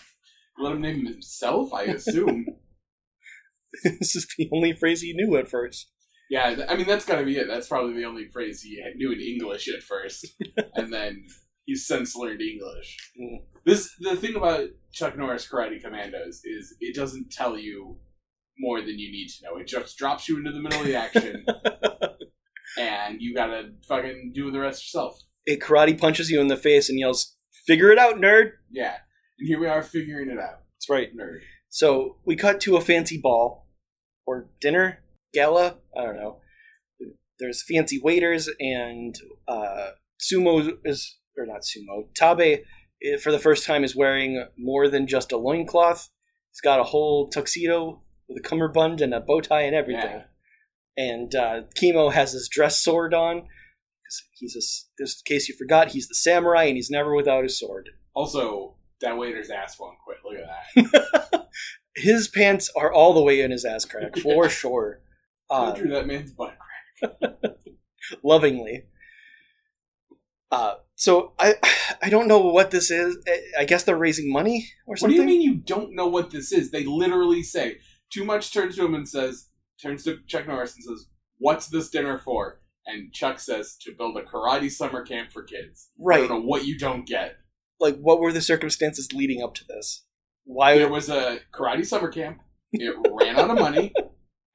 [SPEAKER 2] *laughs*
[SPEAKER 3] Let him name himself, I assume.
[SPEAKER 2] this is the only phrase he knew at first.
[SPEAKER 3] yeah, th- I mean that's gotta be it. That's probably the only phrase he had- knew in English at first, and then he's since learned English.
[SPEAKER 2] Mm.
[SPEAKER 3] This the thing about Chuck Norris Karate Commandos is it doesn't tell you more than you need to know. It just drops you into the middle of the action, and you gotta fucking do the rest yourself.
[SPEAKER 2] It karate punches you in the face and yells, "Figure it out, nerd!"
[SPEAKER 3] Yeah, and here we are figuring it out,
[SPEAKER 2] That's right.
[SPEAKER 3] nerd.
[SPEAKER 2] So we cut to a fancy ball or dinner gala. I don't know. There's fancy waiters and uh, sumo is or not sumo. Tabe eh, for the first time is wearing more than just a loincloth. He's got a whole tuxedo with a cummerbund and a bow tie and everything. And uh, Chemo has his dress sword on. 'Cause He's a, s- just in case you forgot, he's the samurai and he's never without his sword.
[SPEAKER 3] Also, that waiter's ass won't quit. Look at that.
[SPEAKER 2] his pants are all the way in his ass
[SPEAKER 3] *laughs*
[SPEAKER 2] crack for sure.
[SPEAKER 3] Go
[SPEAKER 2] Uh,
[SPEAKER 3] through that man's butt crack.
[SPEAKER 2] lovingly. Uh, so I I don't know what this is. I- I guess they're raising money or
[SPEAKER 3] What do
[SPEAKER 2] something.
[SPEAKER 3] you mean you don't know what this is? They literally say. Too much turns to him and says, turns to Chuck Norris and says, "What's this dinner for?" And Chuck says, "To build a karate summer camp for kids." I
[SPEAKER 2] Right.
[SPEAKER 3] don't know what you don't get.
[SPEAKER 2] Like what were the circumstances leading up to this? Why
[SPEAKER 3] There was a karate summer camp. It ran out
[SPEAKER 2] *laughs*
[SPEAKER 3] of money,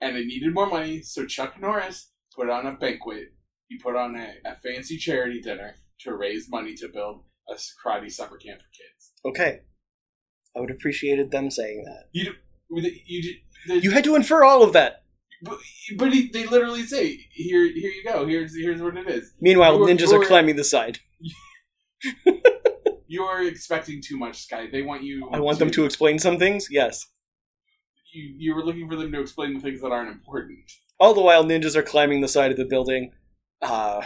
[SPEAKER 3] and it needed more money. So Chuck Norris put on a banquet. He put on a, a fancy charity dinner to raise money to build a karate summer camp for kids.
[SPEAKER 2] Okay. I would have appreciated them saying that.
[SPEAKER 3] You, d- with the- you, d- the-
[SPEAKER 2] You had to infer all of that.
[SPEAKER 3] But he, they literally say, "Here, here you go. Here's here's what it is."
[SPEAKER 2] Meanwhile,
[SPEAKER 3] You were-
[SPEAKER 2] ninjas
[SPEAKER 3] you
[SPEAKER 2] are
[SPEAKER 3] were-
[SPEAKER 2] climbing the side.
[SPEAKER 3] You're expecting too much, Sky. They want you.
[SPEAKER 2] I want them to explain some things. Yes.
[SPEAKER 3] You, you were looking for them to explain the things that aren't important.
[SPEAKER 2] All the while, ninjas are climbing the side of the building. Uh,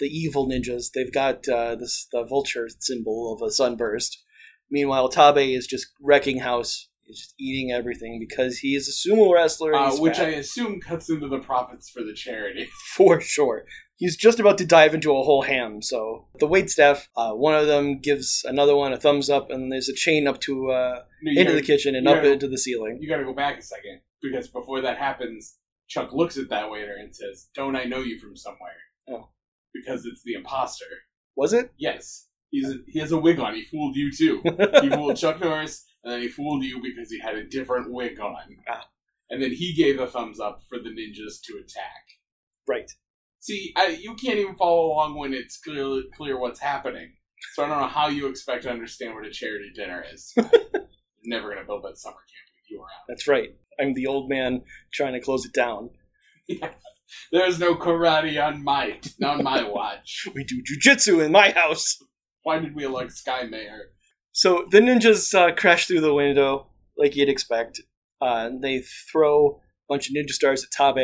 [SPEAKER 2] the evil ninjas. They've got uh, this the vulture symbol of a sunburst. Meanwhile, Tabe is just wrecking house. He's just eating everything because he is a sumo wrestler. and
[SPEAKER 3] Uh,
[SPEAKER 2] he's
[SPEAKER 3] which I
[SPEAKER 2] fat,
[SPEAKER 3] assume cuts into the profits for the charity.
[SPEAKER 2] *laughs*
[SPEAKER 3] *laughs*
[SPEAKER 2] for sure. He's just about to dive into a whole ham. So the waitstaff, uh, one of them gives another one a thumbs up, and there's a chain up to uh,
[SPEAKER 3] No, you
[SPEAKER 2] into
[SPEAKER 3] gotta-
[SPEAKER 2] the kitchen and
[SPEAKER 3] you
[SPEAKER 2] up
[SPEAKER 3] gotta-
[SPEAKER 2] into the ceiling.
[SPEAKER 3] You got to go back a second because before that happens, Chuck looks at that waiter and says, "Don't I know you from somewhere?"
[SPEAKER 2] Oh.
[SPEAKER 3] Because it's the imposter.
[SPEAKER 2] Was it?
[SPEAKER 3] Yes, he's a, he has a wig on. He fooled you
[SPEAKER 2] *laughs*
[SPEAKER 3] too. he fooled Chuck Norris, and then he fooled you because he had a different wig on.
[SPEAKER 2] Ah.
[SPEAKER 3] And then he gave a thumbs up for the ninjas to attack.
[SPEAKER 2] Right.
[SPEAKER 3] See, I, you can't even follow along when it's clear clear what's happening. So I don't know how you expect to understand what a charity dinner
[SPEAKER 2] *laughs*
[SPEAKER 3] is. I'm never gonna build that summer camp with you around.
[SPEAKER 2] That's right. I'm the old man trying to close it down.
[SPEAKER 3] *laughs* There's no karate on my not on my watch.
[SPEAKER 2] We do jujitsu in my house.
[SPEAKER 3] Why did we elect Sky Mayor?
[SPEAKER 2] So the ninjas uh, crash through the window like you'd expect. Uh, and they throw a bunch of ninja stars at Tabe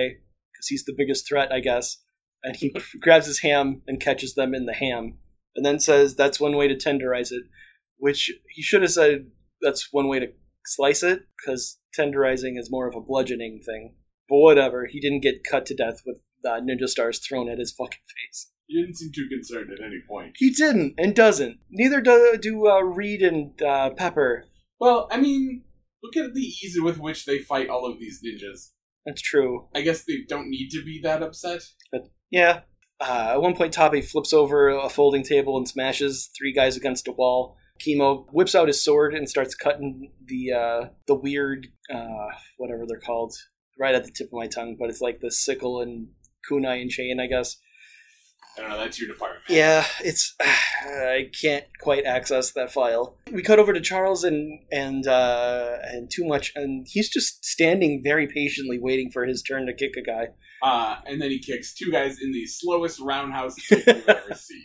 [SPEAKER 2] because he's the biggest threat, I guess. And he *laughs* grabs his ham and catches them in the ham, and then says that's one way to tenderize it, which he should have said that's one way to slice it because tenderizing is more of a bludgeoning thing. But whatever, he didn't get cut to death with uh, ninja stars thrown at his fucking *laughs* face.
[SPEAKER 3] You didn't seem too concerned at any point.
[SPEAKER 2] He didn't and doesn't. Neither do, do uh, Reed and uh, Pepper.
[SPEAKER 3] Well, I mean, look at the ease with which they fight all of these ninjas.
[SPEAKER 2] That's true.
[SPEAKER 3] I guess they don't need to be that upset.
[SPEAKER 2] Yeah. Uh, at one point, Tabe flips over a folding table and smashes three guys against a wall. Chemo whips out his sword and starts cutting the uh, the weird uh, whatever they're called right at the tip of my tongue, but it's like the sickle and kunai and chain, I guess.
[SPEAKER 3] I don't know. That's your department.
[SPEAKER 2] Yeah, it's *sighs* I can't quite access that file. We cut over to Charles and and uh, and too much, and he's just standing very patiently waiting for his turn to kick a guy.
[SPEAKER 3] Uh, and then he kicks two guys in the slowest roundhouse kick you've ever seen.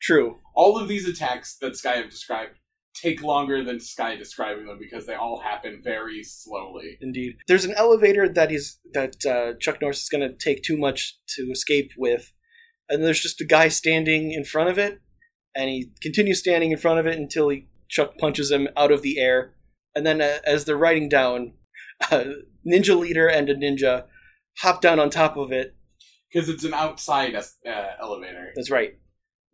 [SPEAKER 2] True.
[SPEAKER 3] All of these attacks that Sky have described take longer than Sky describing them because they all happen very slowly.
[SPEAKER 2] Indeed. There's an elevator that he's that uh, Chuck Norris is going to take too much to escape with, and there's just a guy standing in front of it, and he continues standing in front of it until he Chuck punches him out of the air, and then uh, as they're riding down, *laughs* uh, ninja leader and a ninja hop down on top of it.
[SPEAKER 3] Because it's an outside es- uh, elevator.
[SPEAKER 2] That's right.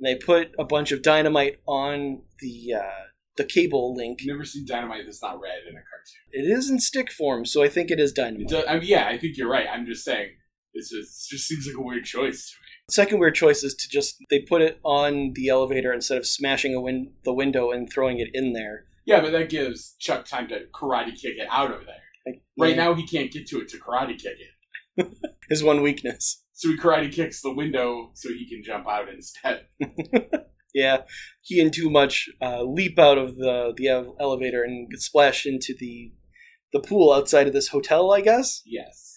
[SPEAKER 2] And they put a bunch of dynamite on the uh, the cable link.
[SPEAKER 3] I've never seen dynamite that's not red in a cartoon.
[SPEAKER 2] It is in stick form, so I think it is
[SPEAKER 3] It
[SPEAKER 2] dynamite.
[SPEAKER 3] does, I mean, yeah, I think you're right. I'm just saying, it's just, it just seems like a weird choice to me.
[SPEAKER 2] Second weird choice is to just they put it on the elevator instead of smashing a win- the window and throwing it in there.
[SPEAKER 3] Yeah, but that gives Chuck time to karate kick it out of there.
[SPEAKER 2] Like,
[SPEAKER 3] Right
[SPEAKER 2] yeah,
[SPEAKER 3] now, he can't get to it to karate kick it.
[SPEAKER 2] his one weakness. *laughs*
[SPEAKER 3] So he karate kicks the window so he can jump out instead. *laughs*
[SPEAKER 2] Yeah, he and too much uh, leap out of the the ev- elevator and splash into the the pool outside of this hotel. I guess.
[SPEAKER 3] Yes.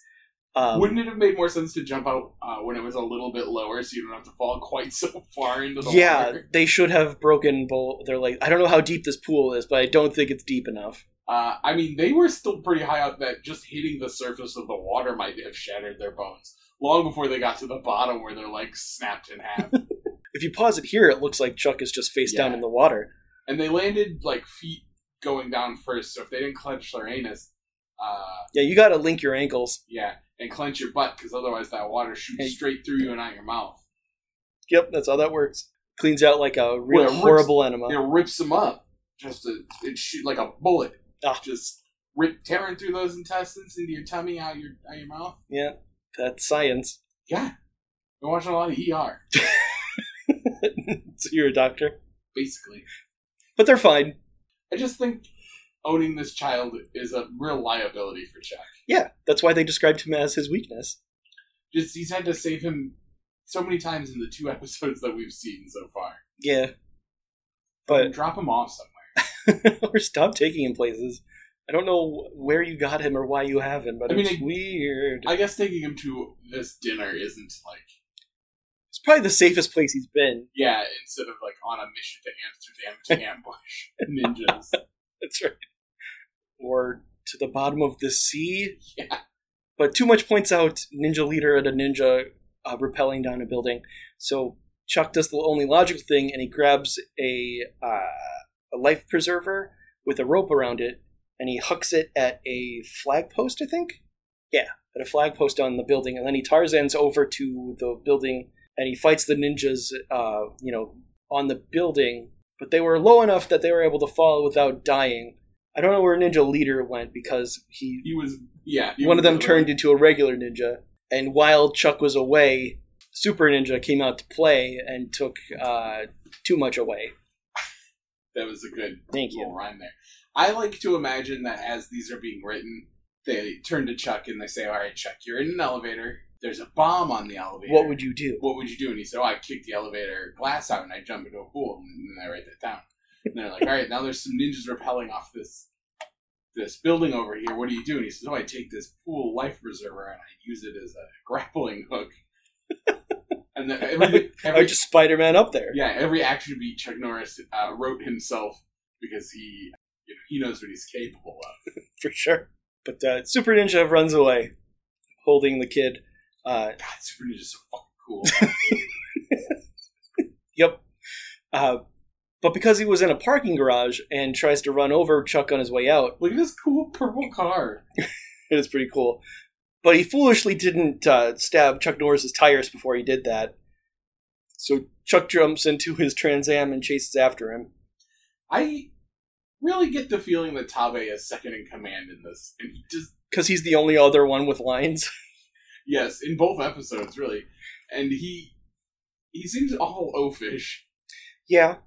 [SPEAKER 2] Um,
[SPEAKER 3] Wouldn't it have made more sense to jump out uh, when it was a little bit lower so you don't have to fall quite *laughs* so far into the
[SPEAKER 2] yeah,
[SPEAKER 3] water?
[SPEAKER 2] they should have broken both. They're like, I don't know how deep this pool is, but I don't think it's deep enough.
[SPEAKER 3] Uh, I mean, they were still pretty high up that just hitting the surface of the water might have shattered their bones long before they got to the bottom where they're like snapped in half.
[SPEAKER 2] *laughs* If you pause it here, it looks like Chuck is just face down
[SPEAKER 3] Yeah.
[SPEAKER 2] in the water.
[SPEAKER 3] and they landed like feet going down first, so if they didn't clench their anus, uh,
[SPEAKER 2] Yeah, you got to link your ankles.
[SPEAKER 3] yeah, and clench your butt because otherwise that water shoots
[SPEAKER 2] Hey.
[SPEAKER 3] straight through you and out your mouth.
[SPEAKER 2] Yep, that's how that works. Cleans out like a real
[SPEAKER 3] it rips-
[SPEAKER 2] horrible enema.
[SPEAKER 3] It rips them up. Just a, it shoot like a bullet.
[SPEAKER 2] Ah.
[SPEAKER 3] Just rip tearing through those intestines into your tummy, out your out your mouth.
[SPEAKER 2] Yeah, that's science. *laughs*
[SPEAKER 3] Yeah, been watching a lot of ER,
[SPEAKER 2] so you're a doctor,
[SPEAKER 3] basically.
[SPEAKER 2] but they're fine.
[SPEAKER 3] I just think owning this child is a real liability for Chuck.
[SPEAKER 2] Yeah, that's why they described him as his weakness.
[SPEAKER 3] Just he's had to save him so many times in the two *laughs* episodes that we've seen so far.
[SPEAKER 2] Yeah, but *laughs*
[SPEAKER 3] drop him off somewhere.
[SPEAKER 2] or stop taking him places. I don't know where you got him or why you have him, but
[SPEAKER 3] I mean,
[SPEAKER 2] it's
[SPEAKER 3] I-
[SPEAKER 2] weird.
[SPEAKER 3] I guess taking him to this dinner isn't like
[SPEAKER 2] it's probably the safest place he's been.
[SPEAKER 3] yeah, instead of like on a mission to Amsterdam
[SPEAKER 2] *laughs*
[SPEAKER 3] to ambush ninjas.
[SPEAKER 2] That's right. Or to the bottom of the sea.
[SPEAKER 3] Yeah.
[SPEAKER 2] But too much points out ninja leader and a ninja uh, rappelling down a building. So Chuck does the only logical thing, and he grabs a uh, a life preserver with a rope around it, and he hucks it at a flag post. I think. Yeah, at a flag post on the building, and then he Tarzan's over to the building, and he fights the ninjas. Uh, you know, on the building, but they were low enough that they were able to fall without dying. I don't know where Ninja Leader went because he
[SPEAKER 3] He was yeah. he
[SPEAKER 2] one of
[SPEAKER 3] was
[SPEAKER 2] them turned into a regular ninja, and while Chuck was away, Super Ninja came out to play and took uh, too much away.
[SPEAKER 3] That was a good
[SPEAKER 2] Thank you.
[SPEAKER 3] little rhyme there. I like to imagine that as these are being written, they turn to Chuck and they say, "All right, Chuck, you're in an elevator. There's a bomb on the elevator.
[SPEAKER 2] What would you do?
[SPEAKER 3] what would you do? And he said, Oh, I kicked the elevator glass out and I jump into a pool and then I write that down. And they're like, All right, now there's some ninjas rappelling off this this building over here. What do you do? And he says, Oh, I take this pool life preserver and I use it as a grappling hook. and then every,
[SPEAKER 2] Or
[SPEAKER 3] every
[SPEAKER 2] just Spider Man up there?
[SPEAKER 3] yeah, every action beat Chuck Norris uh, wrote himself because he you know, he knows what he's capable of.
[SPEAKER 2] for sure. But uh, Super Ninja runs away, holding the kid. Uh,
[SPEAKER 3] God, Super Ninja's so fucking cool.
[SPEAKER 2] yep. Uh, but because he was in a parking garage and tries to run over Chuck on his way out,
[SPEAKER 3] Look at this cool purple car.
[SPEAKER 2] it is pretty cool. But he foolishly didn't uh, stab Chuck Norris's tires before he did that. So Chuck jumps into his Trans Am and chases after him.
[SPEAKER 3] I really get the feeling that Tabe is second in command in this, and he just
[SPEAKER 2] Because he's the only other one with lines.
[SPEAKER 3] yes, in both episodes really, and he he seems all oafish.
[SPEAKER 2] *laughs* yeah,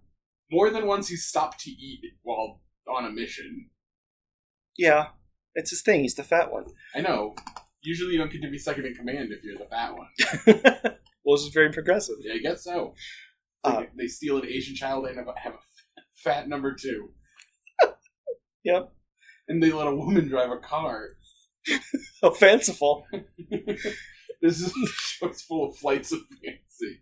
[SPEAKER 3] More than once, he stopped to eat while on a mission.
[SPEAKER 2] yeah. It's his thing. He's the fat one.
[SPEAKER 3] I know. Usually, you don't get to be second in command if you're the fat one.
[SPEAKER 2] Well, this is very progressive. *laughs*
[SPEAKER 3] Yeah, I guess so. They,
[SPEAKER 2] Uh,
[SPEAKER 3] they steal an Asian child and have a- have a *laughs* f- fat number two,
[SPEAKER 2] *laughs* Yep.
[SPEAKER 3] and they let a woman drive a car.
[SPEAKER 2] How fanciful. *laughs*
[SPEAKER 3] This is *laughs* it's full of flights of fancy.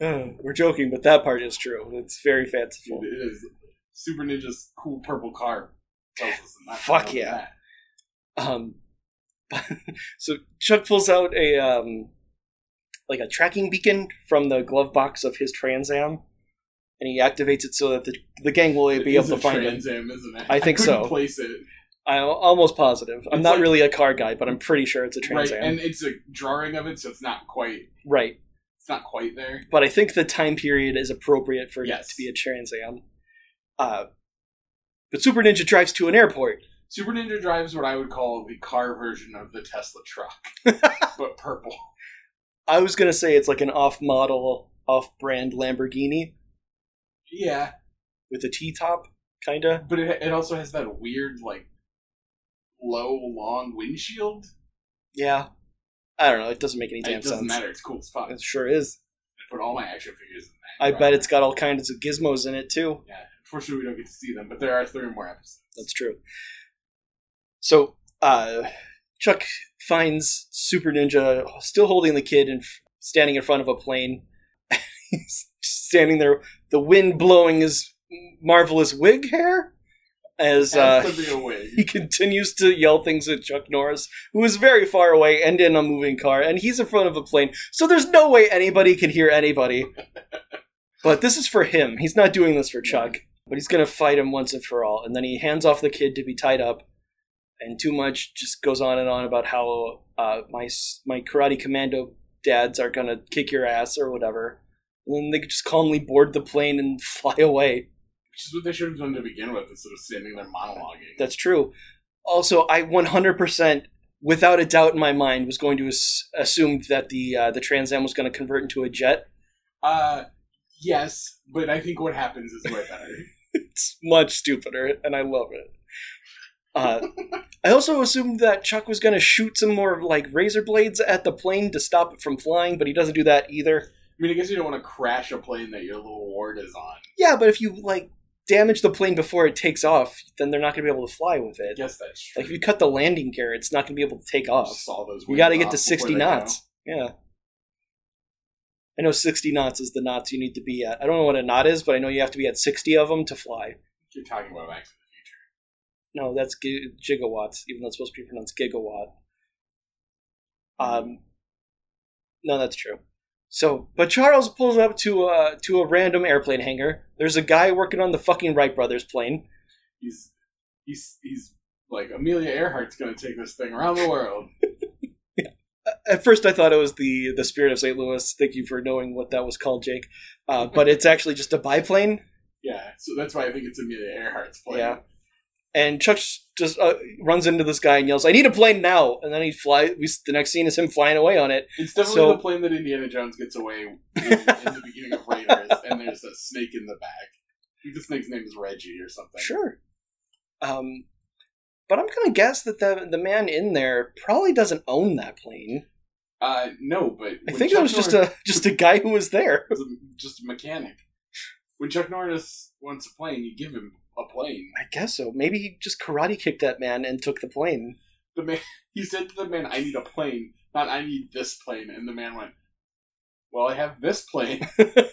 [SPEAKER 2] Uh, We're joking, but that part is true. It's very fanciful.
[SPEAKER 3] It is. Super Ninja's cool purple car tells us not to
[SPEAKER 2] Fuck
[SPEAKER 3] know
[SPEAKER 2] yeah.
[SPEAKER 3] that.
[SPEAKER 2] Um, *laughs* so Chuck pulls out a um, like a tracking beacon from the glove box of his Trans Am, and he activates it so that the, the gang will
[SPEAKER 3] It
[SPEAKER 2] be
[SPEAKER 3] is
[SPEAKER 2] able to
[SPEAKER 3] a
[SPEAKER 2] find him.
[SPEAKER 3] Trans Am, isn't it?
[SPEAKER 2] I think
[SPEAKER 3] couldn't
[SPEAKER 2] so.
[SPEAKER 3] place it.
[SPEAKER 2] I'm almost positive. I'm
[SPEAKER 3] It's
[SPEAKER 2] not
[SPEAKER 3] like-
[SPEAKER 2] really a car guy, but I'm pretty sure it's a Trans
[SPEAKER 3] right,
[SPEAKER 2] Am.
[SPEAKER 3] and it's a drawing of it, so it's not quite.
[SPEAKER 2] right,
[SPEAKER 3] It's not quite there.
[SPEAKER 2] but I think the time period is appropriate for it
[SPEAKER 3] Yes.
[SPEAKER 2] to be a Trans Am. Uh, but Super Ninja drives to an airport.
[SPEAKER 3] Super Ninja drives what I would call the car version of the Tesla
[SPEAKER 2] *laughs*
[SPEAKER 3] truck, but purple.
[SPEAKER 2] I was gonna say it's like an off-model, off-brand Lamborghini,
[SPEAKER 3] Yeah,
[SPEAKER 2] with a T top, kinda.
[SPEAKER 3] but it, it also has that weird like low, long windshield.
[SPEAKER 2] Yeah. I don't know. It doesn't make any damn
[SPEAKER 3] It doesn't
[SPEAKER 2] sense.
[SPEAKER 3] matter. It's cool as fuck. I
[SPEAKER 2] It sure is.
[SPEAKER 3] put all my action figures in that.
[SPEAKER 2] I
[SPEAKER 3] car.
[SPEAKER 2] bet it's got all kinds of gizmos in it too.
[SPEAKER 3] Yeah, unfortunately, we don't get to see them, but there are three more episodes.
[SPEAKER 2] That's true. So, uh, Chuck finds Super Ninja still holding the kid and f- standing in front of a plane. *laughs* He's standing there, the wind blowing his marvelous wig hair as uh,
[SPEAKER 3] has to be a wig.
[SPEAKER 2] *laughs* he continues to yell things at Chuck Norris, who is very far away and in a moving car, and he's in front of a plane, so there's no way anybody can hear anybody. but this is for him. He's not doing this for Chuck, but he's going to fight him once and for all. And then he hands off the kid to be tied up, and Too Much just goes on and on about how uh, my, s- my karate commando dads are going to kick your ass or whatever. And then they could just calmly board the plane and *laughs* fly away.
[SPEAKER 3] Which is what they should have done to begin with, instead of standing there monologuing.
[SPEAKER 2] That's true. Also, I 100%, without a doubt in my mind, was going to as- assume that the uh, the Trans Am was going to convert into a jet. *laughs*
[SPEAKER 3] Uh, yes, but I think what happens is way better. *laughs*
[SPEAKER 2] It's much stupider, and I love it. Uh, I also assumed that Chuck was going to shoot some more like razor blades at the plane to stop it from flying, but he doesn't do that either.
[SPEAKER 3] I mean, I guess you don't want to crash a plane that your little ward is on.
[SPEAKER 2] Yeah, but if you like damage the plane before it takes off, then they're not going to be able to fly with
[SPEAKER 3] I
[SPEAKER 2] it.
[SPEAKER 3] guess that's true.
[SPEAKER 2] Like if you cut the landing gear, it's not going to be able to take off.
[SPEAKER 3] Just saw those
[SPEAKER 2] You
[SPEAKER 3] wings
[SPEAKER 2] got to get
[SPEAKER 3] off
[SPEAKER 2] to
[SPEAKER 3] uh, before
[SPEAKER 2] 60
[SPEAKER 3] they go.
[SPEAKER 2] knots. Yeah. I know 60 knots is the knots you need to be at. I don't know what a knot is, but I know you have to be at 60 of them to fly.
[SPEAKER 3] You're talking about Back to the Future.
[SPEAKER 2] No, that's gi- gigawatts, even though it's supposed to be pronounced gigawatt. Um, no, that's true. So, but Charles pulls up to uh to a random airplane hangar. There's a guy working on the fucking Wright brothers plane.
[SPEAKER 3] He's he's he's like Amelia Earhart's gonna take this thing around the world. *laughs*
[SPEAKER 2] At first, I thought it was the the Spirit of St. Louis. Thank you for knowing what that was called, Jake. Uh, but it's actually just a biplane.
[SPEAKER 3] yeah, so that's why I think it's Amelia Earhart's plane.
[SPEAKER 2] Yeah. and Chuck just uh, runs into this guy and yells, "I need a plane now!" And then he fly. We, the next scene is him flying away on it.
[SPEAKER 3] It's definitely
[SPEAKER 2] So-
[SPEAKER 3] the plane that Indiana Jones gets away in, in
[SPEAKER 2] *laughs*
[SPEAKER 3] the beginning of Raiders, and there's a snake in the back. I think the snake's name is Reggie or something.
[SPEAKER 2] Sure. Um, but I'm gonna guess that the the man in there probably doesn't own that plane.
[SPEAKER 3] Uh, no, but
[SPEAKER 2] I
[SPEAKER 3] when
[SPEAKER 2] think
[SPEAKER 3] Chuck
[SPEAKER 2] that was just
[SPEAKER 3] Norris
[SPEAKER 2] a just a guy who was there.
[SPEAKER 3] *laughs* was a- just a mechanic. When Chuck Norris wants a plane, you give him a plane.
[SPEAKER 2] I guess so. Maybe he just karate kicked that man and took the plane.
[SPEAKER 3] The man he said to the man, "I need a plane, not I need this plane." And the man went, "Well, I have this plane." *laughs*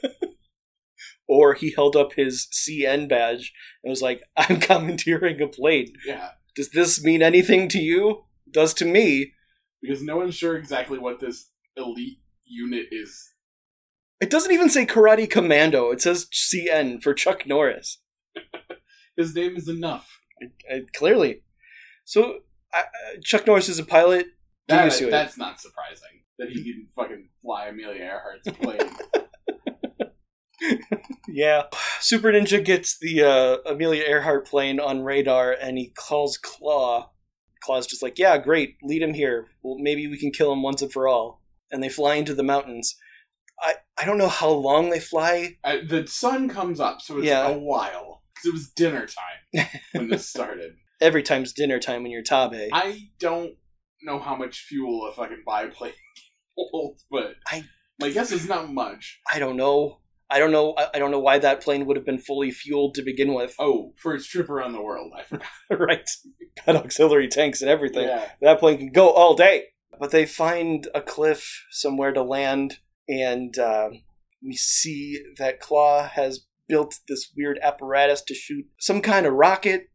[SPEAKER 2] Or he held up his CN badge and was like, "I'm *laughs* commandeering a plane.
[SPEAKER 3] yeah,
[SPEAKER 2] Does this mean anything to you? Does to me?
[SPEAKER 3] because no one's sure exactly what this elite unit is
[SPEAKER 2] It doesn't even say Karate Commando. It says CN for Chuck Norris.
[SPEAKER 3] His name is enough.
[SPEAKER 2] Uh, clearly. So I, uh, Chuck Norris is a pilot. Give
[SPEAKER 3] That-
[SPEAKER 2] us to it.
[SPEAKER 3] that's not surprising that he can fucking fly Amelia Earhart's
[SPEAKER 2] *laughs*
[SPEAKER 3] plane.
[SPEAKER 2] Yeah. Super Ninja gets the uh, Amelia Earhart plane on radar, and he calls Claw. Claw's just like, "Yeah, great. Lead him here. Well, maybe we can kill him once and for all." And they fly into the mountains. I I don't know how long they fly.
[SPEAKER 3] uh, the sun comes up, so it's
[SPEAKER 2] Yeah.
[SPEAKER 3] a while. 'Cause it was dinner time when this started.
[SPEAKER 2] Every time's dinner time when you're Tabe. I,
[SPEAKER 3] I don't know how much fuel a fucking biplane *laughs* can hold, but
[SPEAKER 2] I-
[SPEAKER 3] my guess is not much.
[SPEAKER 2] don't know. I don't know. I, I don't know why that plane would have been fully fueled to begin with.
[SPEAKER 3] Oh, for its trip around the world, I forgot.
[SPEAKER 2] *laughs* right. Got auxiliary tanks and everything.
[SPEAKER 3] Yeah.
[SPEAKER 2] That plane can go all day. But they find a cliff somewhere to land, and um, we see that Claw has built this weird apparatus to shoot some kind of rocket.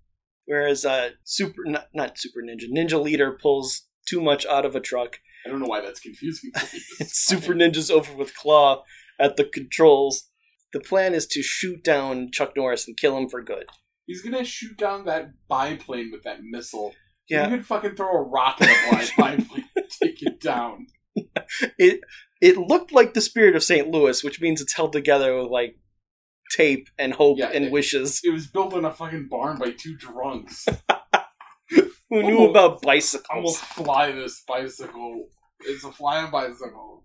[SPEAKER 2] Whereas uh, super not, not super ninja ninja leader pulls too much out of a truck. *laughs*
[SPEAKER 3] I don't know why that's confusing. for me.
[SPEAKER 2] And super ninja's over with Claw at the controls. The plan is to shoot down Chuck Norris and kill him for good.
[SPEAKER 3] He's gonna shoot down that biplane with that missile.
[SPEAKER 2] Yeah.
[SPEAKER 3] You could fucking throw a
[SPEAKER 2] *laughs*
[SPEAKER 3] rocket at a biplane and take it down.
[SPEAKER 2] It looked like the spirit of St. Louis, which means it's held together with like tape and hope
[SPEAKER 3] Yeah,
[SPEAKER 2] and
[SPEAKER 3] it-
[SPEAKER 2] wishes. *laughs*
[SPEAKER 3] It was built in a fucking barn by two drunks.
[SPEAKER 2] Who
[SPEAKER 3] I'm
[SPEAKER 2] knew
[SPEAKER 3] al-
[SPEAKER 2] about
[SPEAKER 3] I'm gonna
[SPEAKER 2] bicycles?
[SPEAKER 3] fly this bicycle. It's a flying bicycle.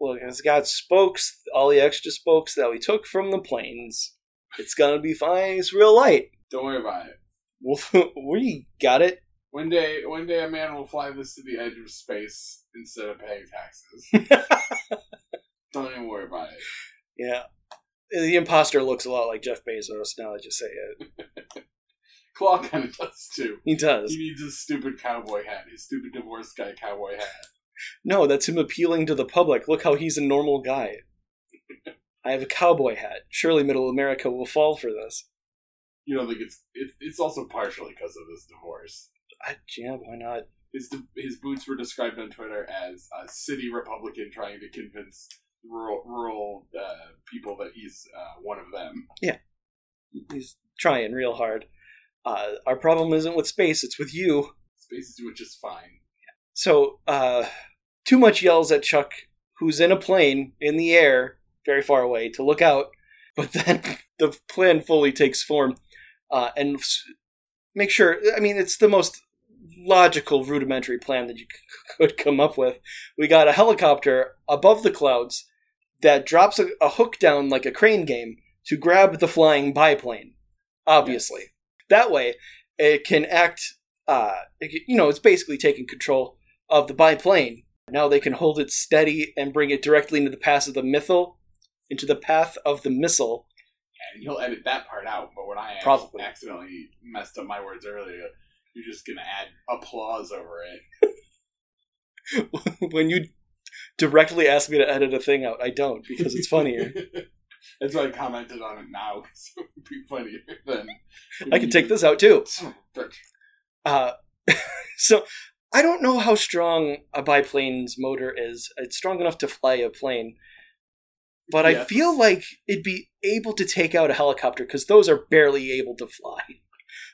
[SPEAKER 2] Look, it's got spokes, all the extra spokes that we took from the planes. It's gonna be fine. It's real light. *laughs*
[SPEAKER 3] Don't worry about it.
[SPEAKER 2] Well, we got it.
[SPEAKER 3] One day, one day, a man will fly this to the edge of space instead of paying taxes. Don't even worry about it.
[SPEAKER 2] Yeah. The imposter looks a lot like Jeff Bezos now that you say it.
[SPEAKER 3] Claw kind of does too.
[SPEAKER 2] He
[SPEAKER 3] He
[SPEAKER 2] does.
[SPEAKER 3] needs his stupid cowboy hat. His stupid divorced guy cowboy hat.
[SPEAKER 2] No, that's him appealing to the public. Look how he's a normal guy. I have a cowboy hat. Surely middle America will fall for this.
[SPEAKER 3] You don't think it's it, it's also partially because of his divorce.
[SPEAKER 2] I, yeah, why not?
[SPEAKER 3] His his boots were described on Twitter as a city Republican trying to convince rural rural uh, people that he's uh, one of them.
[SPEAKER 2] He's trying real hard. Uh, our problem isn't with space, it's with you.
[SPEAKER 3] Space is doing just fine.
[SPEAKER 2] So, uh, too much yells at Chuck, who's in a plane in the air, very far away, to look out. *laughs* But then the plan fully takes form, uh, and s- make sure. I mean, it's the most logical, rudimentary plan that you *laughs* c- could come up with. We got a helicopter above the clouds that drops a, a hook down like a crane game to grab the flying biplane. Obviously,
[SPEAKER 3] Yes.
[SPEAKER 2] that way it can act uh, it can- you know, it's basically taking control of the biplane. Now they can hold it steady and bring it directly into the path of the missile, into the path of the missile. *laughs*
[SPEAKER 3] and you'll edit that part out. But when I ac-
[SPEAKER 2] Probably.
[SPEAKER 3] accidentally messed up my words earlier, you're just gonna add applause over
[SPEAKER 2] *laughs*
[SPEAKER 3] it.
[SPEAKER 2] when you directly ask me to edit a thing out, I don't because it's
[SPEAKER 3] *laughs*
[SPEAKER 2] funnier.
[SPEAKER 3] That's why I commented on it now because it would be funnier than.
[SPEAKER 2] I can take this out too.
[SPEAKER 3] But
[SPEAKER 2] Uh, *laughs* so I don't know how strong a biplane's motor is. It's strong enough to fly a plane, but I
[SPEAKER 3] Yes.
[SPEAKER 2] feel like it'd be able to take out a helicopter because those are barely able to fly.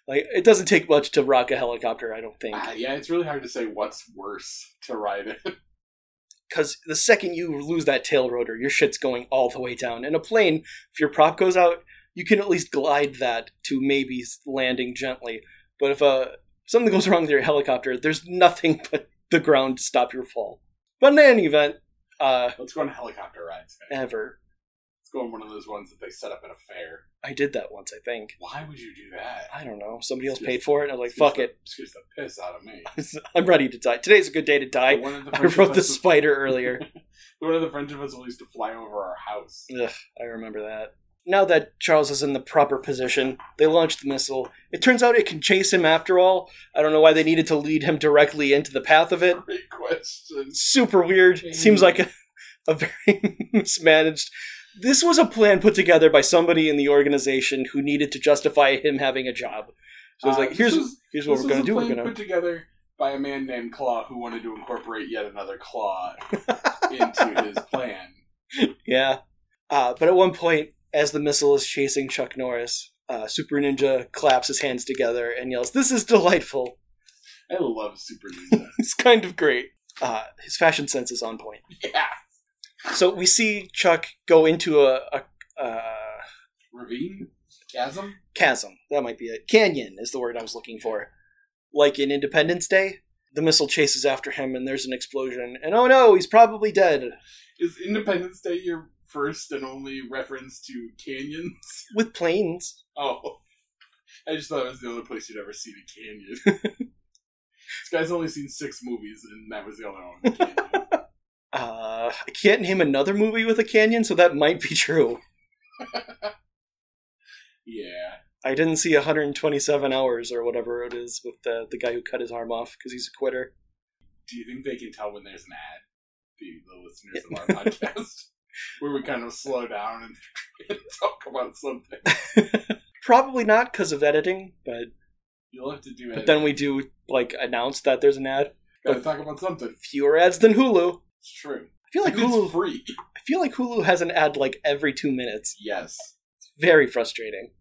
[SPEAKER 2] Like it doesn't take much to rock a helicopter, I don't think.
[SPEAKER 3] ah, yeah, it's really hard to say what's worse to ride it.
[SPEAKER 2] Because the second you lose that tail rotor, your shit's going all the way down. In a plane, if your prop goes out, you can at least glide that to maybe landing gently. But if uh, something goes wrong with your helicopter, there's nothing *laughs* but the ground to stop your fall. But in any event, uh,
[SPEAKER 3] *laughs* Let's go on a helicopter rides. guys.
[SPEAKER 2] ever.
[SPEAKER 3] Let's go on one of those ones that they set up at a fair.
[SPEAKER 2] I did that once, I think.
[SPEAKER 3] Why would you do that?
[SPEAKER 2] I don't know. Somebody else paid for it, and I was like, fuck it. *laughs*
[SPEAKER 3] Excuse the piss out of me.
[SPEAKER 2] I'm ready to die. Today's a good day to die.
[SPEAKER 3] one of
[SPEAKER 2] *laughs*
[SPEAKER 3] the
[SPEAKER 2] I
[SPEAKER 3] French
[SPEAKER 2] wrote
[SPEAKER 3] of
[SPEAKER 2] the
[SPEAKER 3] us-
[SPEAKER 2] spider earlier.
[SPEAKER 3] *laughs* One of the French of us used to fly over our house.
[SPEAKER 2] Ugh, I remember that. Now that Charles is in the proper position, they launch the missile. It turns out it can chase him after all. I don't know why they needed to lead him directly into the path of it.
[SPEAKER 3] Great question.
[SPEAKER 2] Super
[SPEAKER 3] Mm-hmm.
[SPEAKER 2] weird. Seems like a, *laughs* a very *laughs* mismanaged. This was a plan put together by somebody in the organization who needed to justify him having a job. So it's
[SPEAKER 3] Uh,
[SPEAKER 2] like,
[SPEAKER 3] this
[SPEAKER 2] here's
[SPEAKER 3] was-
[SPEAKER 2] here's what
[SPEAKER 3] this
[SPEAKER 2] we're
[SPEAKER 3] was
[SPEAKER 2] gonna
[SPEAKER 3] a
[SPEAKER 2] do. We're
[SPEAKER 3] plan
[SPEAKER 2] gonna
[SPEAKER 3] put together by a man named Claw who wanted to incorporate yet another
[SPEAKER 2] *laughs*
[SPEAKER 3] claw into his plan.
[SPEAKER 2] Yeah. Uh, but at one point, as the missile is chasing Chuck Norris, uh, Super Ninja claps his hands together and yells, This is delightful.
[SPEAKER 3] I love Super Ninja.
[SPEAKER 2] *laughs* It's kind of great. Uh, his fashion sense is on point.
[SPEAKER 3] yeah,
[SPEAKER 2] So we see Chuck go into a, a uh,
[SPEAKER 3] ravine chasm.
[SPEAKER 2] chasm. That might be it. Canyon is the word I was looking for. Like in Independence Day, the missile chases after him and there's an explosion. And oh no, he's probably dead.
[SPEAKER 3] Is Independence Day your first and only reference to canyons? *laughs*
[SPEAKER 2] With planes.
[SPEAKER 3] Oh, I just thought it was the only place you'd ever seen a canyon. this
[SPEAKER 2] *laughs*
[SPEAKER 3] guy's only seen six movies, and that was the only one. With a
[SPEAKER 2] *laughs*
[SPEAKER 3] canyon.
[SPEAKER 2] Uh, I can't name another movie with a canyon, so that might be true.
[SPEAKER 3] yeah,
[SPEAKER 2] I didn't see 127 hours or whatever it is with the the guy who cut his arm off because he's a quitter.
[SPEAKER 3] do you think they can tell when there's an ad? The, the listeners of our
[SPEAKER 2] *laughs*
[SPEAKER 3] podcast, where we kind of slow down and *laughs* talk about something.
[SPEAKER 2] Probably not because of editing, but
[SPEAKER 3] You'll have to do it.
[SPEAKER 2] but then we do like announce that there's an ad.
[SPEAKER 3] gotta talk about something.
[SPEAKER 2] Fewer ads than Hulu.
[SPEAKER 3] It's true.
[SPEAKER 2] I feel like
[SPEAKER 3] And it's
[SPEAKER 2] Hulu.
[SPEAKER 3] free.
[SPEAKER 2] I feel like Hulu has an ad like every two minutes.
[SPEAKER 3] Yes.
[SPEAKER 2] It's very frustrating.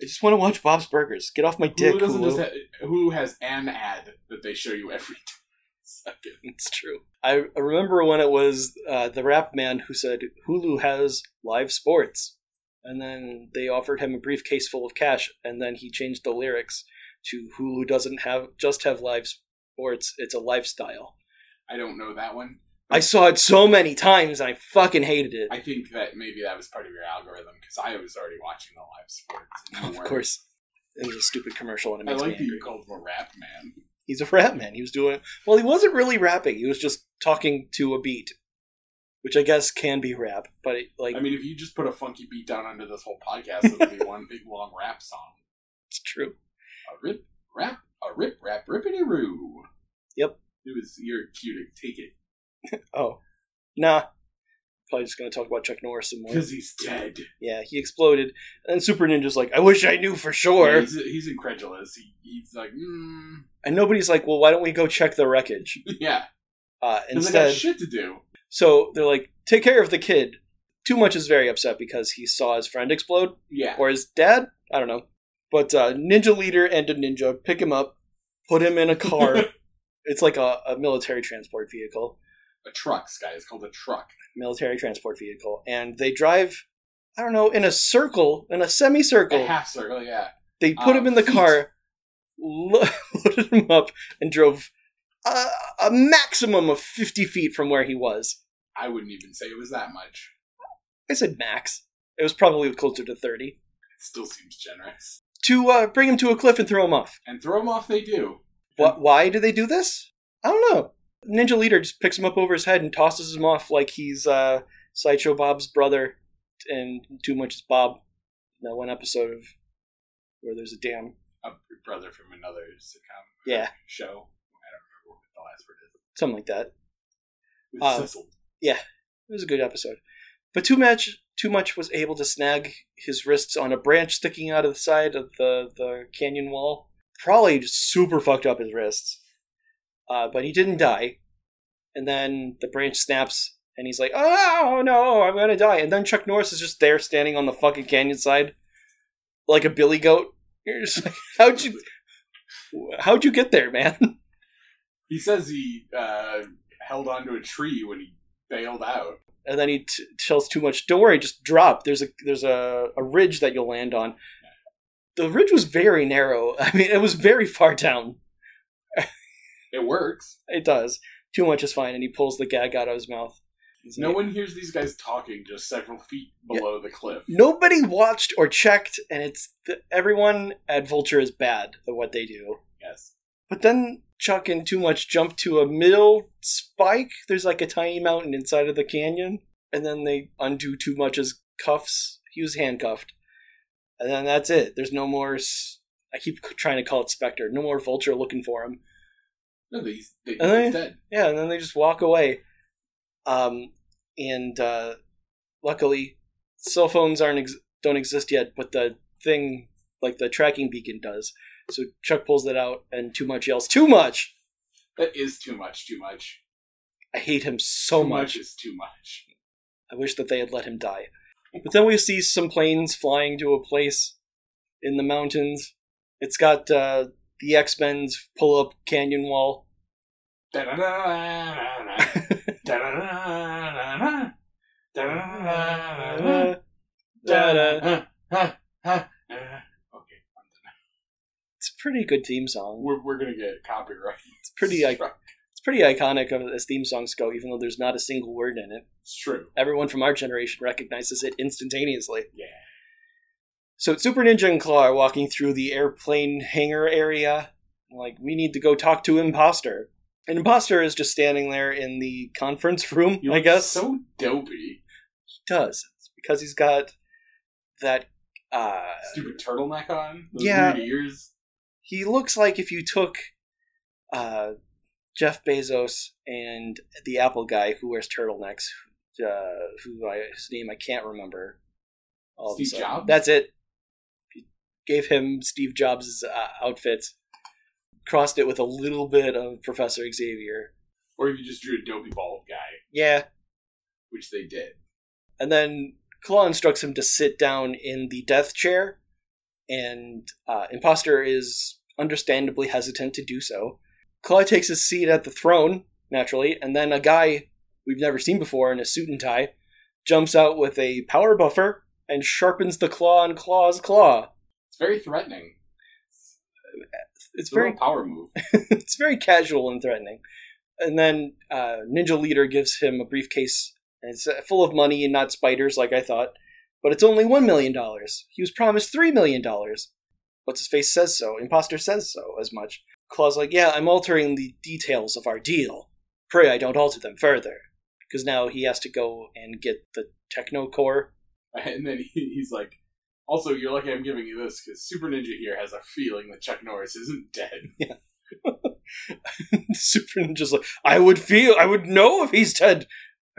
[SPEAKER 2] I just want to watch Bob's Burgers. Get off my dick,
[SPEAKER 3] Hulu
[SPEAKER 2] Hulu.
[SPEAKER 3] doesn't just have, Hulu has an ad that they show you every *laughs* second.
[SPEAKER 2] it's true. I I remember when it was uh, the rap man who said Hulu has live sports, and then they offered him a briefcase full of cash, and then he changed the lyrics to Hulu doesn't have just have live sports; it's a lifestyle.
[SPEAKER 3] I don't know that one.
[SPEAKER 2] I saw it so many times, and I fucking hated it.
[SPEAKER 3] I think that maybe that was part of your algorithm because I was already watching the live sports. and you
[SPEAKER 2] of
[SPEAKER 3] weren't.
[SPEAKER 2] course, it was a stupid commercial, and it
[SPEAKER 3] I
[SPEAKER 2] makes me
[SPEAKER 3] like that
[SPEAKER 2] angry.
[SPEAKER 3] you called him a rap man.
[SPEAKER 2] He's a rap man. He was doing well. He wasn't really rapping. He was just talking to a beat, which I guess can be rap, but it, like
[SPEAKER 3] I mean, if you just put a funky beat down under this whole podcast,
[SPEAKER 2] *laughs*
[SPEAKER 3] it'll be one big long rap song.
[SPEAKER 2] it's true.
[SPEAKER 3] A rip, rap, a rip, rap, rippity roo.
[SPEAKER 2] Yep.
[SPEAKER 3] It was you're cute. Take it
[SPEAKER 2] Oh, nah. Probably just gonna talk about Chuck Norris some more.
[SPEAKER 3] because he's dead.
[SPEAKER 2] Yeah, he exploded, and then Super Ninja's like, "I wish I knew for
[SPEAKER 3] Yeah,
[SPEAKER 2] sure."
[SPEAKER 3] he's, he's incredulous. He, he's like, mm, *laughs*
[SPEAKER 2] And nobody's like, "Well, why don't we go check the wreckage
[SPEAKER 3] yeah.
[SPEAKER 2] uh,
[SPEAKER 3] Because I got
[SPEAKER 2] instead?"
[SPEAKER 3] shit to do.
[SPEAKER 2] So they're like, "Take care of the kid." Too much is very upset because he saw his friend explode
[SPEAKER 3] Yeah.
[SPEAKER 2] or his dad. I don't know, but uh, Ninja Leader and a ninja pick him up, put him in a
[SPEAKER 3] *laughs*
[SPEAKER 2] car. it's like a, a military transport vehicle.
[SPEAKER 3] a truck, Sky. It's called a truck.
[SPEAKER 2] military transport vehicle, and they drive. I don't know in a circle, in a semicircle.
[SPEAKER 3] A half circle, yeah.
[SPEAKER 2] they put
[SPEAKER 3] uh,
[SPEAKER 2] him in the
[SPEAKER 3] feet.
[SPEAKER 2] car, lo- *laughs* loaded him up, and drove a, a maximum of fifty feet from where he was.
[SPEAKER 3] I wouldn't even say it was that much.
[SPEAKER 2] I said max. It was probably closer to thirty
[SPEAKER 3] It still seems generous.
[SPEAKER 2] to uh, bring him to a cliff and throw him off.
[SPEAKER 3] And throw them off, they do.
[SPEAKER 2] Wh- why do they do this? I don't know. Ninja leader just picks him up over his head and tosses him off like he's uh, Sideshow Bob's brother, and too much is Bob. That one episode of where there's a dam.
[SPEAKER 3] A brother from another sitcom uh,
[SPEAKER 2] Yeah.
[SPEAKER 3] show. I don't remember what the last word is.
[SPEAKER 2] something like that.
[SPEAKER 3] With
[SPEAKER 2] Uh,
[SPEAKER 3] Sissel.
[SPEAKER 2] It was a good episode. But too much, too much was able to snag his wrists on a branch sticking out of the side of the the canyon wall. Probably just super fucked up his wrists, uh, but he didn't die. And then the branch snaps, and he's like, "Oh no, I'm gonna die!" And then Chuck Norris is just there, standing on the fucking canyon side, like a billy goat. *laughs* You're just like, "How'd you, how'd you get there, man?"
[SPEAKER 3] He says he uh, held onto a tree when he bailed out.
[SPEAKER 2] and then he t- tells too much. Don't worry, just drop. There's a there's a, a ridge that you'll land on. The ridge was very narrow. *laughs* I mean, it was very far down.
[SPEAKER 3] It works.
[SPEAKER 2] It does. Too much is fine, and he pulls the gag out of his mouth. He's
[SPEAKER 3] No
[SPEAKER 2] like-
[SPEAKER 3] one hears these guys talking just several feet below the cliff.
[SPEAKER 2] Nobody watched or checked, and it's the, everyone at Vulture is bad at what they do.
[SPEAKER 3] Yes.
[SPEAKER 2] But then Chuck and Too Much jump to a middle spike. There's like a tiny mountain inside of the canyon, and then they undo Too Much's cuffs. He was handcuffed, and then that's it. There's no more. s- I keep c- trying to call it Spectre. No more Vulture looking for him.
[SPEAKER 3] No, he's, they, he's
[SPEAKER 2] Are they?
[SPEAKER 3] dead.
[SPEAKER 2] Yeah, and then they just walk away. Um, and uh, luckily, cell phones aren't ex- don't exist yet, but the thing like the tracking beacon does. So Chuck pulls that out, and Too Much yells, "Too much!"
[SPEAKER 3] That is too much, too much.
[SPEAKER 2] I hate him so
[SPEAKER 3] too
[SPEAKER 2] much.
[SPEAKER 3] is too much.
[SPEAKER 2] I wish that they had let him die. But then we see some planes flying to a place in the mountains. It's got uh, the X Men's pull up canyon wall.
[SPEAKER 3] Da-da-da-da-da-da. Da-da-da-da-da-da.
[SPEAKER 2] Uh-huh. Uh,
[SPEAKER 3] Da-da-da-da-da-da. Da-da. Huh, huh, huh. Okay,
[SPEAKER 2] It's a pretty good theme song.
[SPEAKER 3] we're, we're gonna get copyright.
[SPEAKER 2] It's pretty I- it's pretty iconic of- as theme songs go, even though there's not a single word in it.
[SPEAKER 3] It's true.
[SPEAKER 2] Everyone from our generation recognizes it instantaneously.
[SPEAKER 3] Yeah.
[SPEAKER 2] So Super Ninja and Claw are walking through the airplane hangar area. Like, we need to go talk to Imposter. And Imposter is just standing there in the conference room,
[SPEAKER 3] You
[SPEAKER 2] I
[SPEAKER 3] look
[SPEAKER 2] guess.
[SPEAKER 3] so dopey.
[SPEAKER 2] he does. It's because he's got that uh
[SPEAKER 3] Stupid turtleneck on. Those
[SPEAKER 2] Yeah.
[SPEAKER 3] Weird ears.
[SPEAKER 2] he looks like if you took uh Jeff Bezos and the Apple guy who wears turtlenecks, uh, who I, his name I can't remember. all of a
[SPEAKER 3] Steve
[SPEAKER 2] sudden.
[SPEAKER 3] Jobs?
[SPEAKER 2] That's it. Gave him Steve Jobs' uh, outfit, crossed it with a little bit of Professor Xavier.
[SPEAKER 3] Or if you just drew a dopey bald guy,
[SPEAKER 2] Yeah,
[SPEAKER 3] which they did.
[SPEAKER 2] And then Claw instructs him to sit down in the death chair, and uh, Imposter is understandably hesitant to do so. Claw takes his seat at the throne, naturally, and then a guy we've never seen before in a suit and tie jumps out with a power buffer and sharpens the claw on Claw's claw.
[SPEAKER 3] It's very threatening.
[SPEAKER 2] It's
[SPEAKER 3] It's a
[SPEAKER 2] very
[SPEAKER 3] real power move. *laughs*
[SPEAKER 2] *laughs* it's very casual and threatening. And then uh, Ninja Leader gives him a briefcase. And it's uh, full of money and not spiders, like I thought. But it's only $1 million. He was promised $3 million. What's his face says so. Imposter says so as much. Claw's like, Yeah, I'm altering the details of our deal. Pray I don't alter them further. Because now he has to go and get the techno core. *laughs*
[SPEAKER 3] And then he, he's like, also, you're lucky I'm giving you this because Super Ninja here has a feeling that Chuck Norris
[SPEAKER 2] *laughs*
[SPEAKER 3] isn't dead.
[SPEAKER 2] Super Ninja's like, I would feel, I would know if he's dead.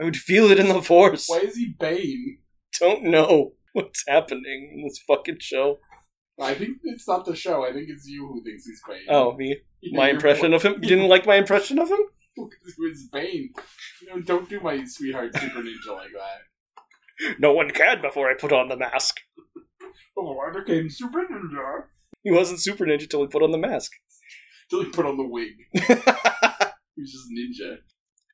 [SPEAKER 2] I would feel it in the force.
[SPEAKER 3] Why is he Bane?
[SPEAKER 2] don't know *laughs* what's happening in this fucking show.
[SPEAKER 3] I think it's not the show. I think it's you who thinks he's Bane. *laughs*
[SPEAKER 2] Oh, me, my impression of him. You didn't like my impression of him?
[SPEAKER 3] Because it was Bane. No, don't do my sweetheart Super Ninja like *laughs* that.
[SPEAKER 2] No one cared before I put on the mask.
[SPEAKER 3] Before Oh, I became Super Ninja.
[SPEAKER 2] He wasn't Super Ninja till he put on the mask.
[SPEAKER 3] Till he put on
[SPEAKER 2] *laughs*
[SPEAKER 3] the wig. He was just Ninja.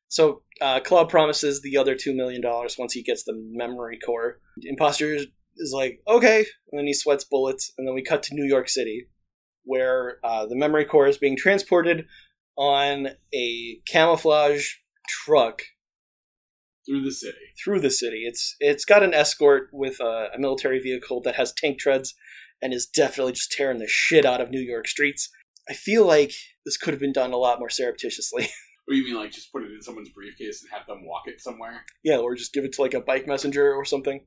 [SPEAKER 2] so, uh, Claw promises the other $2 million once he gets the memory core. Imposter is- is like, okay. And then he sweats bullets. And then we cut to New York City, where uh, the memory core is being transported on a camouflage truck
[SPEAKER 3] Through the city.
[SPEAKER 2] through the city. It's it's got an escort with a, a military vehicle that has tank treads and is definitely just tearing the shit out of New York streets. I feel like this could have been done a lot more surreptitiously. *laughs*
[SPEAKER 3] Or you mean like just put it in someone's briefcase and have them walk it somewhere?
[SPEAKER 2] yeah, or just give it to like a bike messenger or something.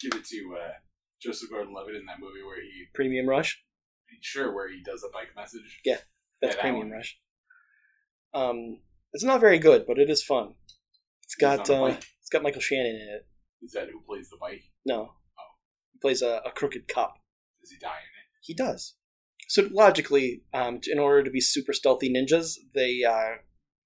[SPEAKER 3] Give it to uh, Joseph Gordon Levitt in that movie where he,
[SPEAKER 2] Premium Rush.
[SPEAKER 3] sure, where he does a bike message.
[SPEAKER 2] That's
[SPEAKER 3] Yeah, that
[SPEAKER 2] Premium
[SPEAKER 3] one.
[SPEAKER 2] Rush. Um, it's not very good, but it is fun. It's got
[SPEAKER 3] He's on a
[SPEAKER 2] uh,
[SPEAKER 3] bike.
[SPEAKER 2] it's got Michael Shannon in it.
[SPEAKER 3] Is that who plays the bike?
[SPEAKER 2] No, he plays a, a crooked cop.
[SPEAKER 3] Does he die in it?
[SPEAKER 2] He does. So logically, um, t- in order to be super stealthy ninjas, they uh,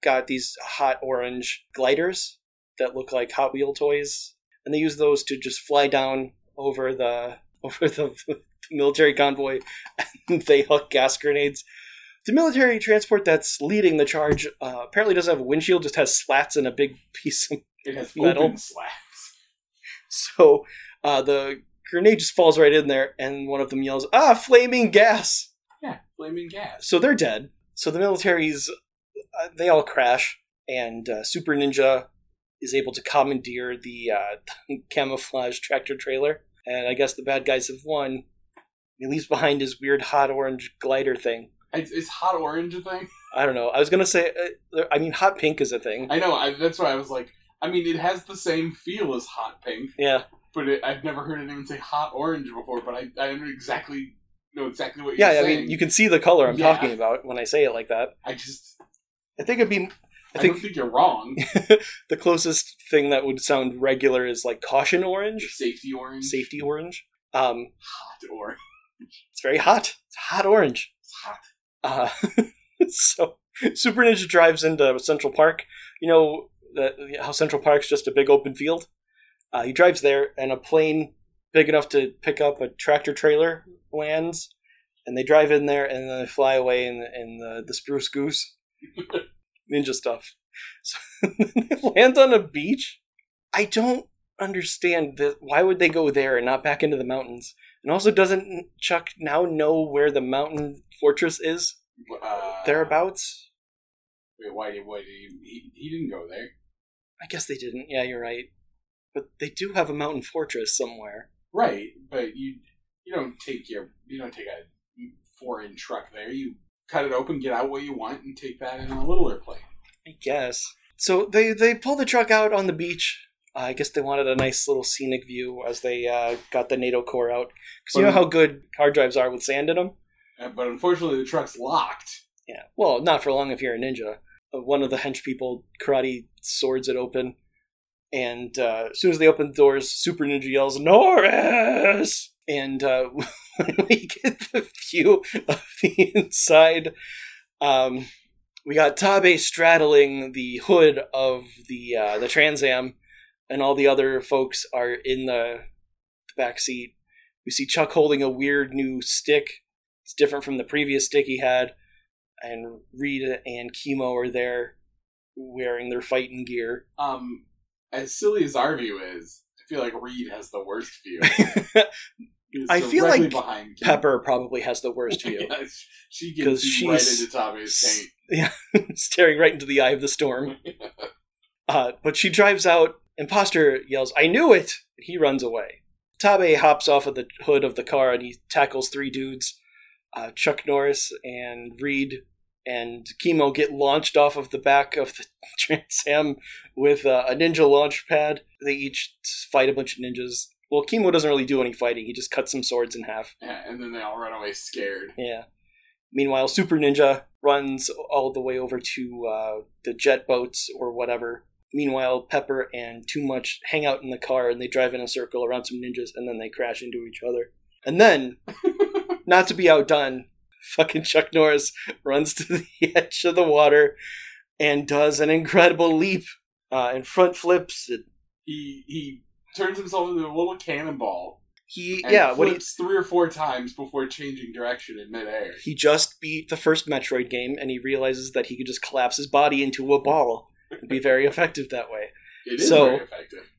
[SPEAKER 2] got these hot orange gliders that look like Hot Wheel toys, and they use those to just fly down over the *laughs* over the, the military convoy, and they hook gas grenades. The military transport that's leading the charge uh, apparently doesn't have a windshield; just has slats and a big *laughs* piece of
[SPEAKER 3] It has
[SPEAKER 2] Metal.
[SPEAKER 3] open slats.
[SPEAKER 2] so uh, the grenade just falls right in there, and one of them yells, "Ah, flaming gas!"
[SPEAKER 3] *laughs* Yeah, flaming gas.
[SPEAKER 2] So they're dead. So the militaries, uh, they all crash, and uh, Super Ninja is able to commandeer the uh, *laughs* camouflage tractor trailer, and I guess the bad guys have won. He leaves behind his weird hot orange glider thing.
[SPEAKER 3] It's, it's hot orange a thing.
[SPEAKER 2] I don't know. I was gonna say, uh, I mean, hot pink is a thing.
[SPEAKER 3] I know. I, that's why I was like, I mean, it has the same feel as hot pink,
[SPEAKER 2] Yeah,
[SPEAKER 3] but it, I've never heard anyone say hot orange before. But I, I don't exactly know exactly what you're
[SPEAKER 2] yeah. I
[SPEAKER 3] saying.
[SPEAKER 2] mean, you can see the color I'm
[SPEAKER 3] Yeah.
[SPEAKER 2] talking about when I say it like that.
[SPEAKER 3] I just,
[SPEAKER 2] I think it'd be.
[SPEAKER 3] I,
[SPEAKER 2] I
[SPEAKER 3] don't
[SPEAKER 2] think
[SPEAKER 3] think
[SPEAKER 2] *laughs*
[SPEAKER 3] you're wrong.
[SPEAKER 2] the closest thing that would sound regular is like caution orange,
[SPEAKER 3] Safety orange.
[SPEAKER 2] safety orange. Um,
[SPEAKER 3] Hot orange.
[SPEAKER 2] It's very hot. It's hot orange.
[SPEAKER 3] It's hot.
[SPEAKER 2] Uh, *laughs* so Super Ninja drives into Central Park. You know the, how Central Park's just a big open field. Uh, he drives there, and a plane big enough to pick up a tractor trailer lands, and they drive in there, and then they fly away in, in the, the spruce
[SPEAKER 3] *laughs*
[SPEAKER 2] goose ninja stuff. So *laughs* they land on a beach. I don't understand the, why would they go there and not back into the mountains. And also, doesn't Chuck now know where the mountain fortress is?
[SPEAKER 3] Uh,
[SPEAKER 2] Thereabouts?
[SPEAKER 3] Wait, why? Why did he, he? He didn't go there.
[SPEAKER 2] I guess they didn't. Yeah, you're right. But they do have a mountain fortress somewhere.
[SPEAKER 3] Right, but you you don't take your you don't take a foreign truck there. You cut it open, get out what you want, and take that in a little airplane.
[SPEAKER 2] I guess. So they they pull the truck out on the beach. Uh, I guess they wanted a nice little scenic view as they uh, got the NATO core out. Because you know how good hard drives are with sand in them.
[SPEAKER 3] Uh, But unfortunately, the truck's locked.
[SPEAKER 2] Yeah. Well, not for long if you're a ninja. Uh, One of the hench people karate swords it open, and uh, as soon as they open the doors, Super Ninja yells "Norris!" And uh, *laughs* when we get the view of the *laughs* inside, um, we got Tabe straddling the hood of the uh, the Trans Am, and all the other folks are in the, the back seat. We see Chuck holding a weird new stick. It's different from the previous stick he had and Rita and Chemo are there wearing their fighting gear.
[SPEAKER 3] Um, as silly as our view is, I feel like Reed has the worst
[SPEAKER 2] *laughs*
[SPEAKER 3] view. He's
[SPEAKER 2] I feel like
[SPEAKER 3] directly behind Kim.
[SPEAKER 2] Pepper probably has the worst view,
[SPEAKER 3] *laughs* Yeah, she- she
[SPEAKER 2] 'Cause
[SPEAKER 3] gets you right
[SPEAKER 2] she's-
[SPEAKER 3] into Tabe's
[SPEAKER 2] *laughs*
[SPEAKER 3] paint.
[SPEAKER 2] staring right into the eye of the storm. Uh, but she drives out. Imposter yells, "I knew it!" And he runs away. Tabe hops off of the hood of the car and he tackles three dudes. Uh, Chuck Norris and Reed and Chemo get launched off of the back of the *laughs* Trans Am with uh, a ninja launch pad. They each fight a bunch of ninjas. Well, Chemo doesn't really do any fighting. He just cuts some swords in half.
[SPEAKER 3] Yeah, and then they all run away scared.
[SPEAKER 2] Yeah. Meanwhile, Super Ninja runs all the way over to uh, the jet boats or whatever. Meanwhile, Pepper and Too Much hang out in the car and they drive in a circle around some ninjas and then they crash into each other. And
[SPEAKER 3] *laughs*
[SPEAKER 2] then, not to be outdone, fucking Chuck Norris runs to the *laughs* edge of the water and does an incredible leap uh, and front flips. it.
[SPEAKER 3] He he turns himself into a little cannonball.
[SPEAKER 2] He,
[SPEAKER 3] And
[SPEAKER 2] yeah, what he,
[SPEAKER 3] flips three or four times before changing direction in midair.
[SPEAKER 2] He just beat the first Metroid game, and he realizes that he could just collapse his body into a ball and be very effective that way.
[SPEAKER 3] It is
[SPEAKER 2] So-
[SPEAKER 3] very effective.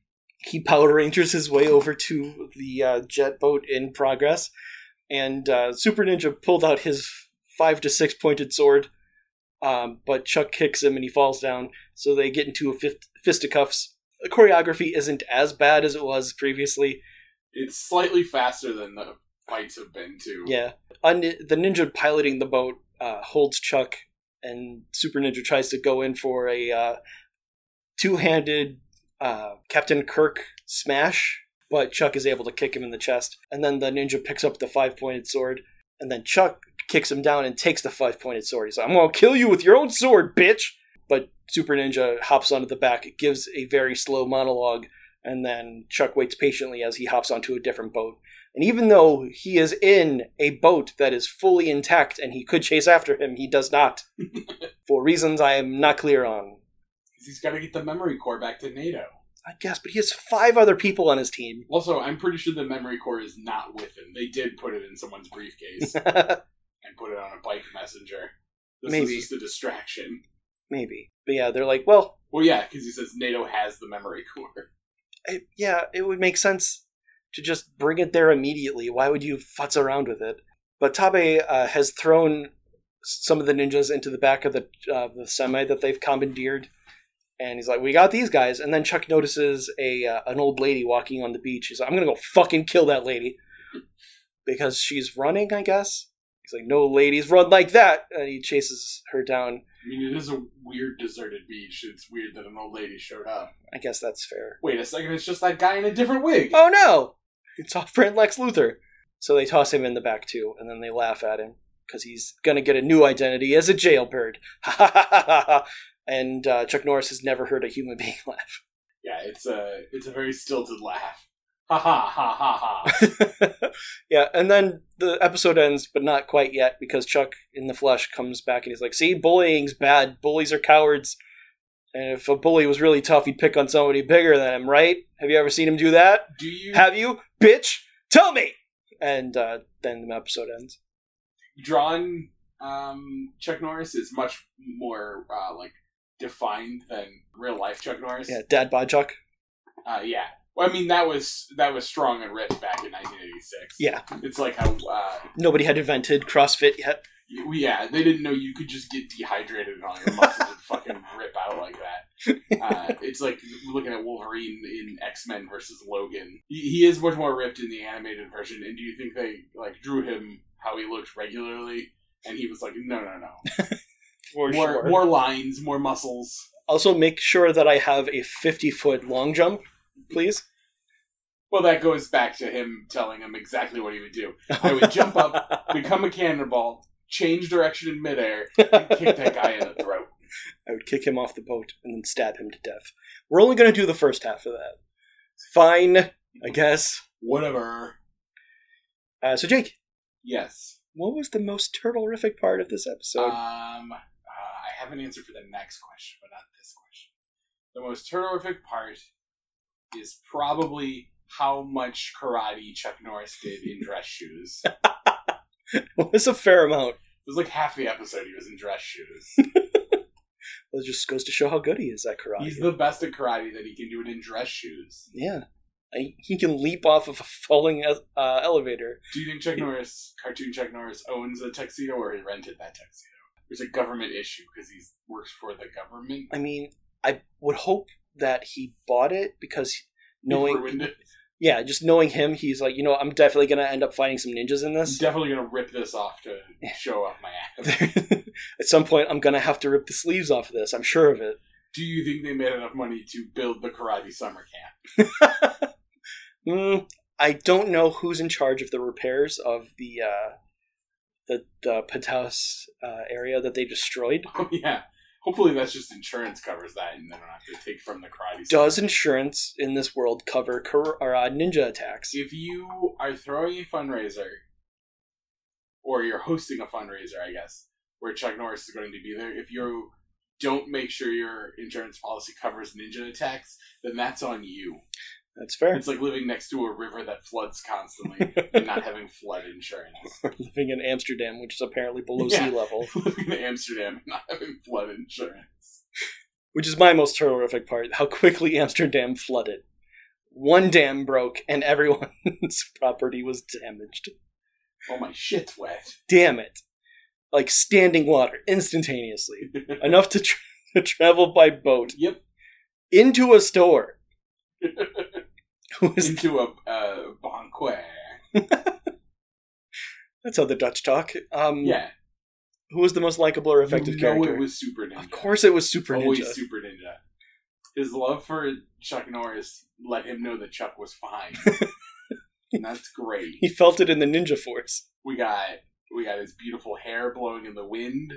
[SPEAKER 2] He Power Rangers his way over to the uh, jet boat in progress, and uh, Super Ninja pulled out his five to six pointed sword, um, but Chuck kicks him and he falls down, so they get into a fist- fisticuffs. The choreography isn't as bad as it was previously.
[SPEAKER 3] It's slightly faster than the fights have been to.
[SPEAKER 2] Yeah. Un- the ninja piloting the boat uh, holds Chuck, and Super Ninja tries to go in for a uh, two handed uh, Captain Kirk smash, but Chuck is able to kick him in the chest. And then the ninja picks up the five pointed sword, and then Chuck kicks him down and takes the five pointed sword. He's like, I'm going to kill you with your own sword, bitch! But Super Ninja hops onto the back, gives a very slow monologue, and then Chuck waits patiently as he hops onto a different boat. And even though he is in a boat that is fully intact and he could chase after him, he does not. for reasons I am not clear on.
[SPEAKER 3] 'Cause He's got to get the memory core back to NATO.
[SPEAKER 2] I guess, but he has five other people on his team.
[SPEAKER 3] Also, I'm pretty sure the memory core is not with him. They did put it in
[SPEAKER 2] *laughs*
[SPEAKER 3] someone's briefcase and put it on a bike messenger. This is
[SPEAKER 2] Maybe.
[SPEAKER 3] just a distraction.
[SPEAKER 2] Maybe. But yeah, they're like, well,
[SPEAKER 3] Well, yeah, because he says NATO has the memory core.
[SPEAKER 2] it, yeah, it would make sense. to just bring it there immediately. Why would you futz around with it? But Tabe uh, has thrown some of the ninjas into the back of the uh, the semi that they've commandeered, and he's like, "We got these guys." And then Chuck notices a uh, an old lady walking on the beach. He's like, "I'm gonna go fucking kill that lady," because she's running, I guess. He's like, "No, ladies run like that," and he chases her down.
[SPEAKER 3] I mean, it is a weird deserted beach. It's weird that an old lady showed up.
[SPEAKER 2] I guess that's fair.
[SPEAKER 3] Wait a second, it's just that guy in a different wig.
[SPEAKER 2] *laughs* Oh no! It's off-brand Lex Luthor. So they toss him in the back too, and then they laugh at him because he's gonna get a new identity as a jailbird. *laughs* Ha ha ha ha ha! And uh, Chuck Norris has never heard a human *laughs* being laugh.
[SPEAKER 3] Yeah, it's a it's a very stilted laugh. Ha ha ha ha ha.
[SPEAKER 2] yeah, and then the episode ends, but not quite yet because Chuck in the flesh comes back and he's like, "See, bullying's bad. Bullies are cowards." And if a bully was really tough, he'd pick on somebody bigger than him, right? Have you ever seen him do that?
[SPEAKER 3] Do you
[SPEAKER 2] Have you, bitch? Tell me. And uh, then the episode ends.
[SPEAKER 3] drawn um, Chuck Norris is much more uh, like defined than real life Chuck Norris?
[SPEAKER 2] Yeah, Dad bod Chuck.
[SPEAKER 3] Uh, yeah. Well, I mean that was that was strong and rich back in 1986.
[SPEAKER 2] Yeah,
[SPEAKER 3] It's like how uh,
[SPEAKER 2] nobody had invented CrossFit yet.
[SPEAKER 3] you- yeah they didn't know you could just get dehydrated and all your muscles and
[SPEAKER 2] *laughs*
[SPEAKER 3] fucking rip out like that. Uh, it's like looking at Wolverine in X Men versus Logan. He, he is much more ripped in the animated version. And do you think they like drew him how he looked regularly? And he was like, no, no, no.
[SPEAKER 2] For
[SPEAKER 3] more, more lines, more muscles.
[SPEAKER 2] Also, make sure that I have a 50 foot long jump, please.
[SPEAKER 3] Well, that goes back to him telling him exactly what he would do. I would jump up, become a cannonball, change direction in midair, and kick that guy in the throat.
[SPEAKER 2] I would kick him off the boat and then stab him to death. We're only going to do the first half of that. Fine, I guess.
[SPEAKER 3] Whatever.
[SPEAKER 2] Uh, so, Jake,
[SPEAKER 3] Yes.
[SPEAKER 2] what was the most turtlerific part of this episode?
[SPEAKER 3] Um, uh, I have an answer for the next question, but not this question. The most terrific part is probably how much karate Chuck Norris did in dress shoes. It Uh,
[SPEAKER 2] *laughs* it was a fair amount.
[SPEAKER 3] was like half the episode he was in dress shoes.
[SPEAKER 2] Well, it just goes to show how good he is at karate.
[SPEAKER 3] He's the best at karate that he can do it in dress shoes.
[SPEAKER 2] yeah. I, he can leap off of a falling uh, elevator.
[SPEAKER 3] Do you think Chuck Norris, cartoon Chuck Norris, owns a tuxedo or he rented that tuxedo? It's a government issue because he works for the government.
[SPEAKER 2] I mean, I would hope that he bought it because
[SPEAKER 3] He
[SPEAKER 2] knowing
[SPEAKER 3] ruined it.
[SPEAKER 2] yeah, just knowing him, he's like, you know, I'm definitely gonna end up fighting some ninjas in
[SPEAKER 3] I'm *laughs*
[SPEAKER 2] this.
[SPEAKER 3] definitely gonna rip this off to show off my ass.
[SPEAKER 2] *laughs* At some point, I'm gonna have to rip the sleeves off of this. I'm sure of it.
[SPEAKER 3] Do you think they made enough money to build the karate summer camp? *laughs*
[SPEAKER 2] Mm, I don't know who's in charge of the repairs of the uh, the the penthouse uh, area that they destroyed.
[SPEAKER 3] Oh yeah. Hopefully that's just insurance covers that, and they don't have to take from the karate. summer
[SPEAKER 2] Does insurance in this world cover kar- or, uh, ninja attacks?
[SPEAKER 3] if you are throwing a fundraiser or you're hosting a fundraiser, I guess, where Chuck Norris is going to be there, if you don't make sure your insurance policy covers ninja attacks, then that's on you.
[SPEAKER 2] That's fair.
[SPEAKER 3] It's like living next to a river that floods constantly and not having flood insurance. *laughs*
[SPEAKER 2] We're living in Amsterdam, which is apparently below
[SPEAKER 3] Yeah.
[SPEAKER 2] sea level,
[SPEAKER 3] living in Amsterdam and not having flood insurance.
[SPEAKER 2] which is my most horrific part. How quickly Amsterdam flooded. One dam broke, and everyone's *laughs* property was damaged.
[SPEAKER 3] Oh my shit's wet.
[SPEAKER 2] damn it like standing water instantaneously enough to, tr *laughs* to travel by boat
[SPEAKER 3] Yep,
[SPEAKER 2] into a
[SPEAKER 3] *laughs*
[SPEAKER 2] store Who is-
[SPEAKER 3] into a uh, banquet.
[SPEAKER 2] that's how the dutch talk um
[SPEAKER 3] Yeah,
[SPEAKER 2] who was the most likable or effective
[SPEAKER 3] you know
[SPEAKER 2] character
[SPEAKER 3] it was super ninja.
[SPEAKER 2] of course it was super
[SPEAKER 3] always
[SPEAKER 2] ninja
[SPEAKER 3] super ninja. His love for Chuck Norris let him know that Chuck
[SPEAKER 2] *laughs*
[SPEAKER 3] was fine. and that's great.
[SPEAKER 2] he felt it in the ninja force
[SPEAKER 3] We got we got his beautiful hair blowing in the wind.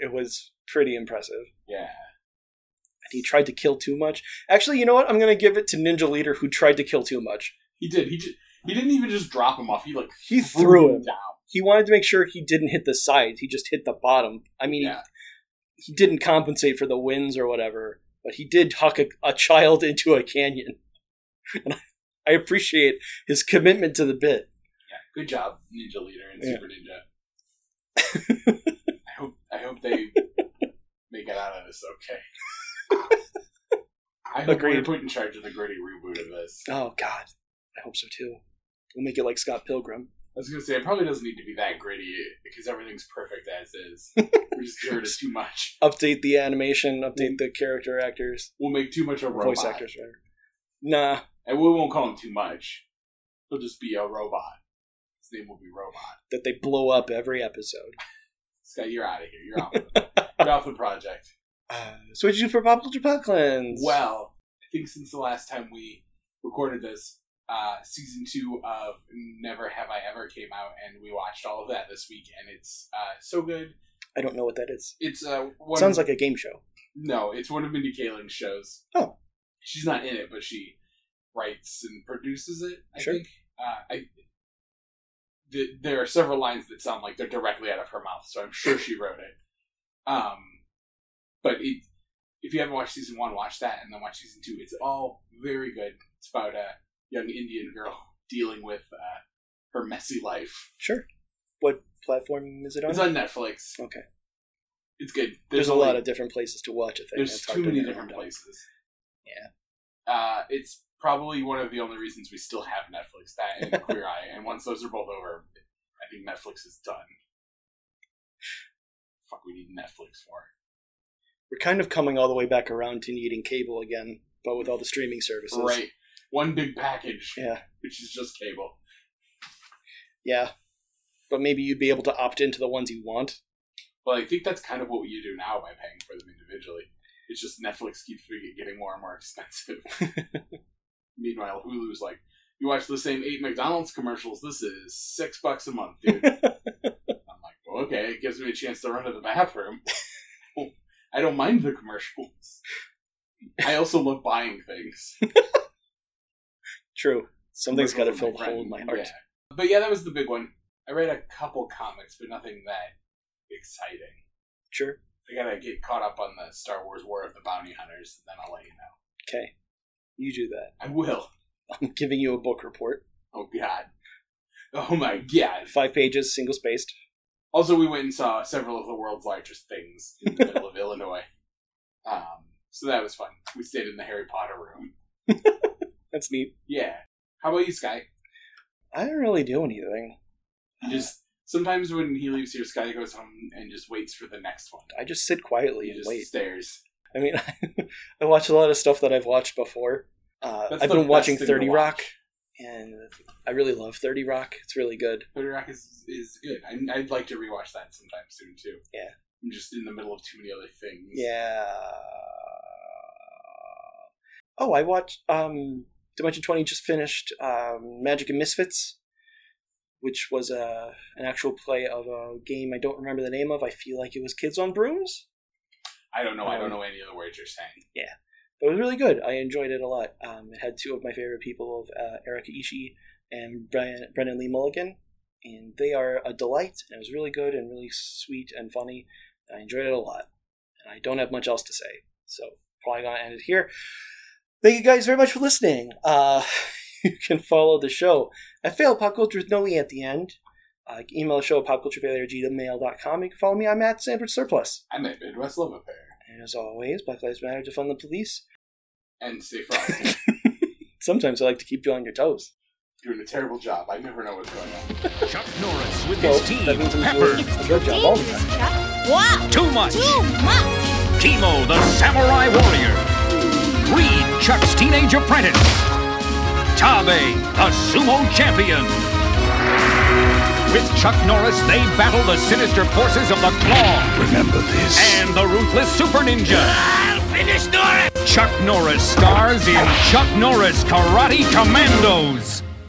[SPEAKER 2] it was pretty impressive
[SPEAKER 3] Yeah.
[SPEAKER 2] and he tried to kill too much actually you know what i'm gonna give it to ninja leader who tried to kill too much
[SPEAKER 3] He did. He just he didn't even just drop him off. He like
[SPEAKER 2] he threw
[SPEAKER 3] him
[SPEAKER 2] him
[SPEAKER 3] down.
[SPEAKER 2] he wanted to make sure he didn't hit the sides he just hit the bottom i mean he
[SPEAKER 3] Yeah.
[SPEAKER 2] he didn't compensate for the wins or whatever, but he did huck a, a child *laughs* into a canyon. And I, I appreciate his commitment to the bit.
[SPEAKER 3] Yeah. Good job, Ninja Leader and
[SPEAKER 2] Yeah.
[SPEAKER 3] Super Ninja.
[SPEAKER 2] *laughs*
[SPEAKER 3] I hope I hope they make it out of this okay. I
[SPEAKER 2] *laughs*
[SPEAKER 3] hope
[SPEAKER 2] Agreed.
[SPEAKER 3] we're put in charge of the gritty reboot of this.
[SPEAKER 2] Oh God, I hope so too. We'll make it like Scott Pilgrim.
[SPEAKER 3] I was gonna say it probably doesn't need to be that gritty because everything's perfect as
[SPEAKER 2] *laughs*
[SPEAKER 3] is. we just geared it too much.
[SPEAKER 2] Update the animation, update the character actors,
[SPEAKER 3] We'll make too much a robot,
[SPEAKER 2] voice actors. Rather. Nah,
[SPEAKER 3] and we won't call him too much. He'll just be a robot. His name will be Robot.
[SPEAKER 2] that they blow up every episode.
[SPEAKER 3] Scott, you're out of here. You're off.
[SPEAKER 2] *laughs*
[SPEAKER 3] The, you're off the project.
[SPEAKER 2] Uh, so what'd you do for Pop Culture Pop Cleanse?
[SPEAKER 3] Well, I think since the last time we recorded this, uh, season two of Never Have I Ever came out, and we watched all of that this week, and it's uh, so good.
[SPEAKER 2] I don't know what that is.
[SPEAKER 3] It's uh, one
[SPEAKER 2] Sounds like a game show.
[SPEAKER 3] no, it's one of Mindy Kaling's shows.
[SPEAKER 2] Oh.
[SPEAKER 3] she's not in it, but she writes and produces it. I
[SPEAKER 2] Sure.
[SPEAKER 3] think. Uh, I, th- there are several lines that sound like they're directly out of her mouth, so I'm sure she wrote it. Um, but it, if you haven't watched season one, watch that, and then watch season two. It's all very good. It's about a young Indian girl *laughs* dealing with uh, her messy life.
[SPEAKER 2] Sure. What platform is it on?
[SPEAKER 3] It's on Netflix.
[SPEAKER 2] Okay.
[SPEAKER 3] It's good.
[SPEAKER 2] There's, a
[SPEAKER 3] only-
[SPEAKER 2] lot of different places to watch a thing.
[SPEAKER 3] There's
[SPEAKER 2] It's
[SPEAKER 3] too
[SPEAKER 2] hard to
[SPEAKER 3] many
[SPEAKER 2] narrow
[SPEAKER 3] different
[SPEAKER 2] down.
[SPEAKER 3] places.
[SPEAKER 2] Yeah.
[SPEAKER 3] Uh, it's probably one of the only reasons we still have Netflix,
[SPEAKER 2] *laughs*
[SPEAKER 3] that and Queer Eye. And once those are both over, I think Netflix is done. Fuck, we need Netflix for it.
[SPEAKER 2] We're kind of coming all the way back around to needing cable again, but with all the streaming services.
[SPEAKER 3] Right. One big package,
[SPEAKER 2] Yeah.
[SPEAKER 3] which is just cable.
[SPEAKER 2] Yeah. But maybe you'd be able to opt into the ones you want.
[SPEAKER 3] Well, I think that's kind of what you do now by paying for them individually. It's just Netflix keeps fig- getting more and more
[SPEAKER 2] *laughs*
[SPEAKER 3] expensive. Meanwhile, Hulu's like, you watch the same eight McDonald's commercials. This is six bucks a month,
[SPEAKER 2] *laughs*
[SPEAKER 3] dude. I'm like, well, okay, it gives me a chance to run to the bathroom. *laughs* I don't mind the commercials. I also love buying things.
[SPEAKER 2] True. *laughs* Something's got to
[SPEAKER 3] Commercials
[SPEAKER 2] fill
[SPEAKER 3] are
[SPEAKER 2] the
[SPEAKER 3] my
[SPEAKER 2] hole in my
[SPEAKER 3] friend,
[SPEAKER 2] heart.
[SPEAKER 3] yeah. But yeah, that was the big one. I read a couple comics, but nothing that exciting.
[SPEAKER 2] Sure.
[SPEAKER 3] I gotta get caught up on the Star Wars War of the Bounty Hunters, and then I'll let you know.
[SPEAKER 2] Okay. You do that. *laughs*
[SPEAKER 3] I will.
[SPEAKER 2] I'm giving you a book report.
[SPEAKER 3] Oh god. Oh my god.
[SPEAKER 2] Five pages, single spaced.
[SPEAKER 3] Also, we went and saw several of the world's largest things in
[SPEAKER 2] *laughs*
[SPEAKER 3] the middle of Illinois. Um, so that was fun. We stayed in the Harry Potter room.
[SPEAKER 2] That's neat.
[SPEAKER 3] Yeah. How about you, Sky?
[SPEAKER 2] I don't really do anything.
[SPEAKER 3] You just sometimes when he leaves here, Sky goes home and just waits for the next one.
[SPEAKER 2] I just sit quietly
[SPEAKER 3] He
[SPEAKER 2] and
[SPEAKER 3] just
[SPEAKER 2] wait.
[SPEAKER 3] stares.
[SPEAKER 2] I mean, *laughs* I watch a lot of stuff that I've watched before. Uh,
[SPEAKER 3] That's
[SPEAKER 2] I've
[SPEAKER 3] the
[SPEAKER 2] been watching
[SPEAKER 3] best thing to
[SPEAKER 2] 30
[SPEAKER 3] watch.
[SPEAKER 2] Rock, and I really love 30 Rock. It's really good.
[SPEAKER 3] Thirty Rock is is good. I, I'd like to rewatch that sometime soon too.
[SPEAKER 2] Yeah.
[SPEAKER 3] I'm just in the middle of too many other things.
[SPEAKER 2] Yeah. Oh, I watched um, Dimension 20 just finished um, Magic and Misfits, which was uh, an actual play of a game I don't remember the name of. I feel like it was Kids on Brooms,
[SPEAKER 3] I don't know. I don't
[SPEAKER 2] Um,
[SPEAKER 3] know any other words you're saying.
[SPEAKER 2] but it was really good. I enjoyed it a lot. Um, it had two of my favorite people, of uh, Erica Ishii and Brian, Brennan Lee Mulligan, and they are a delight. And it was really good and really sweet and funny. I enjoyed it a lot, and I don't have much else to say. So probably gonna end it here. Thank you guys very much for listening. Uh, *laughs* you can follow the show at Fail Pop Culture with no E at the end. Uh, email the show at popculturefailure You can follow me. I'm at Sanford Surplus.
[SPEAKER 3] I'm at Midwest Love Affair
[SPEAKER 2] And as always, Black Lives Matter, defund the police.
[SPEAKER 3] and stay fried.
[SPEAKER 2] Sometimes I like to keep you on your toes.
[SPEAKER 3] doing a terrible job. I never know what's going on.
[SPEAKER 1] Chuck Norris with
[SPEAKER 2] So
[SPEAKER 1] his team
[SPEAKER 2] that means I'm
[SPEAKER 1] peppered
[SPEAKER 2] doing a good job all the time.
[SPEAKER 4] Wow!
[SPEAKER 1] too much.
[SPEAKER 4] Too much!
[SPEAKER 1] Chemo the Samurai Warrior. Reed, Chuck's teenage apprentice. Tabe, the sumo champion. With Chuck Norris, they battle the sinister forces of the Claw
[SPEAKER 5] Remember this.
[SPEAKER 1] and the ruthless Super Ninja. I'll finish Norris! Chuck Norris stars in Chuck Norris Karate Commandos.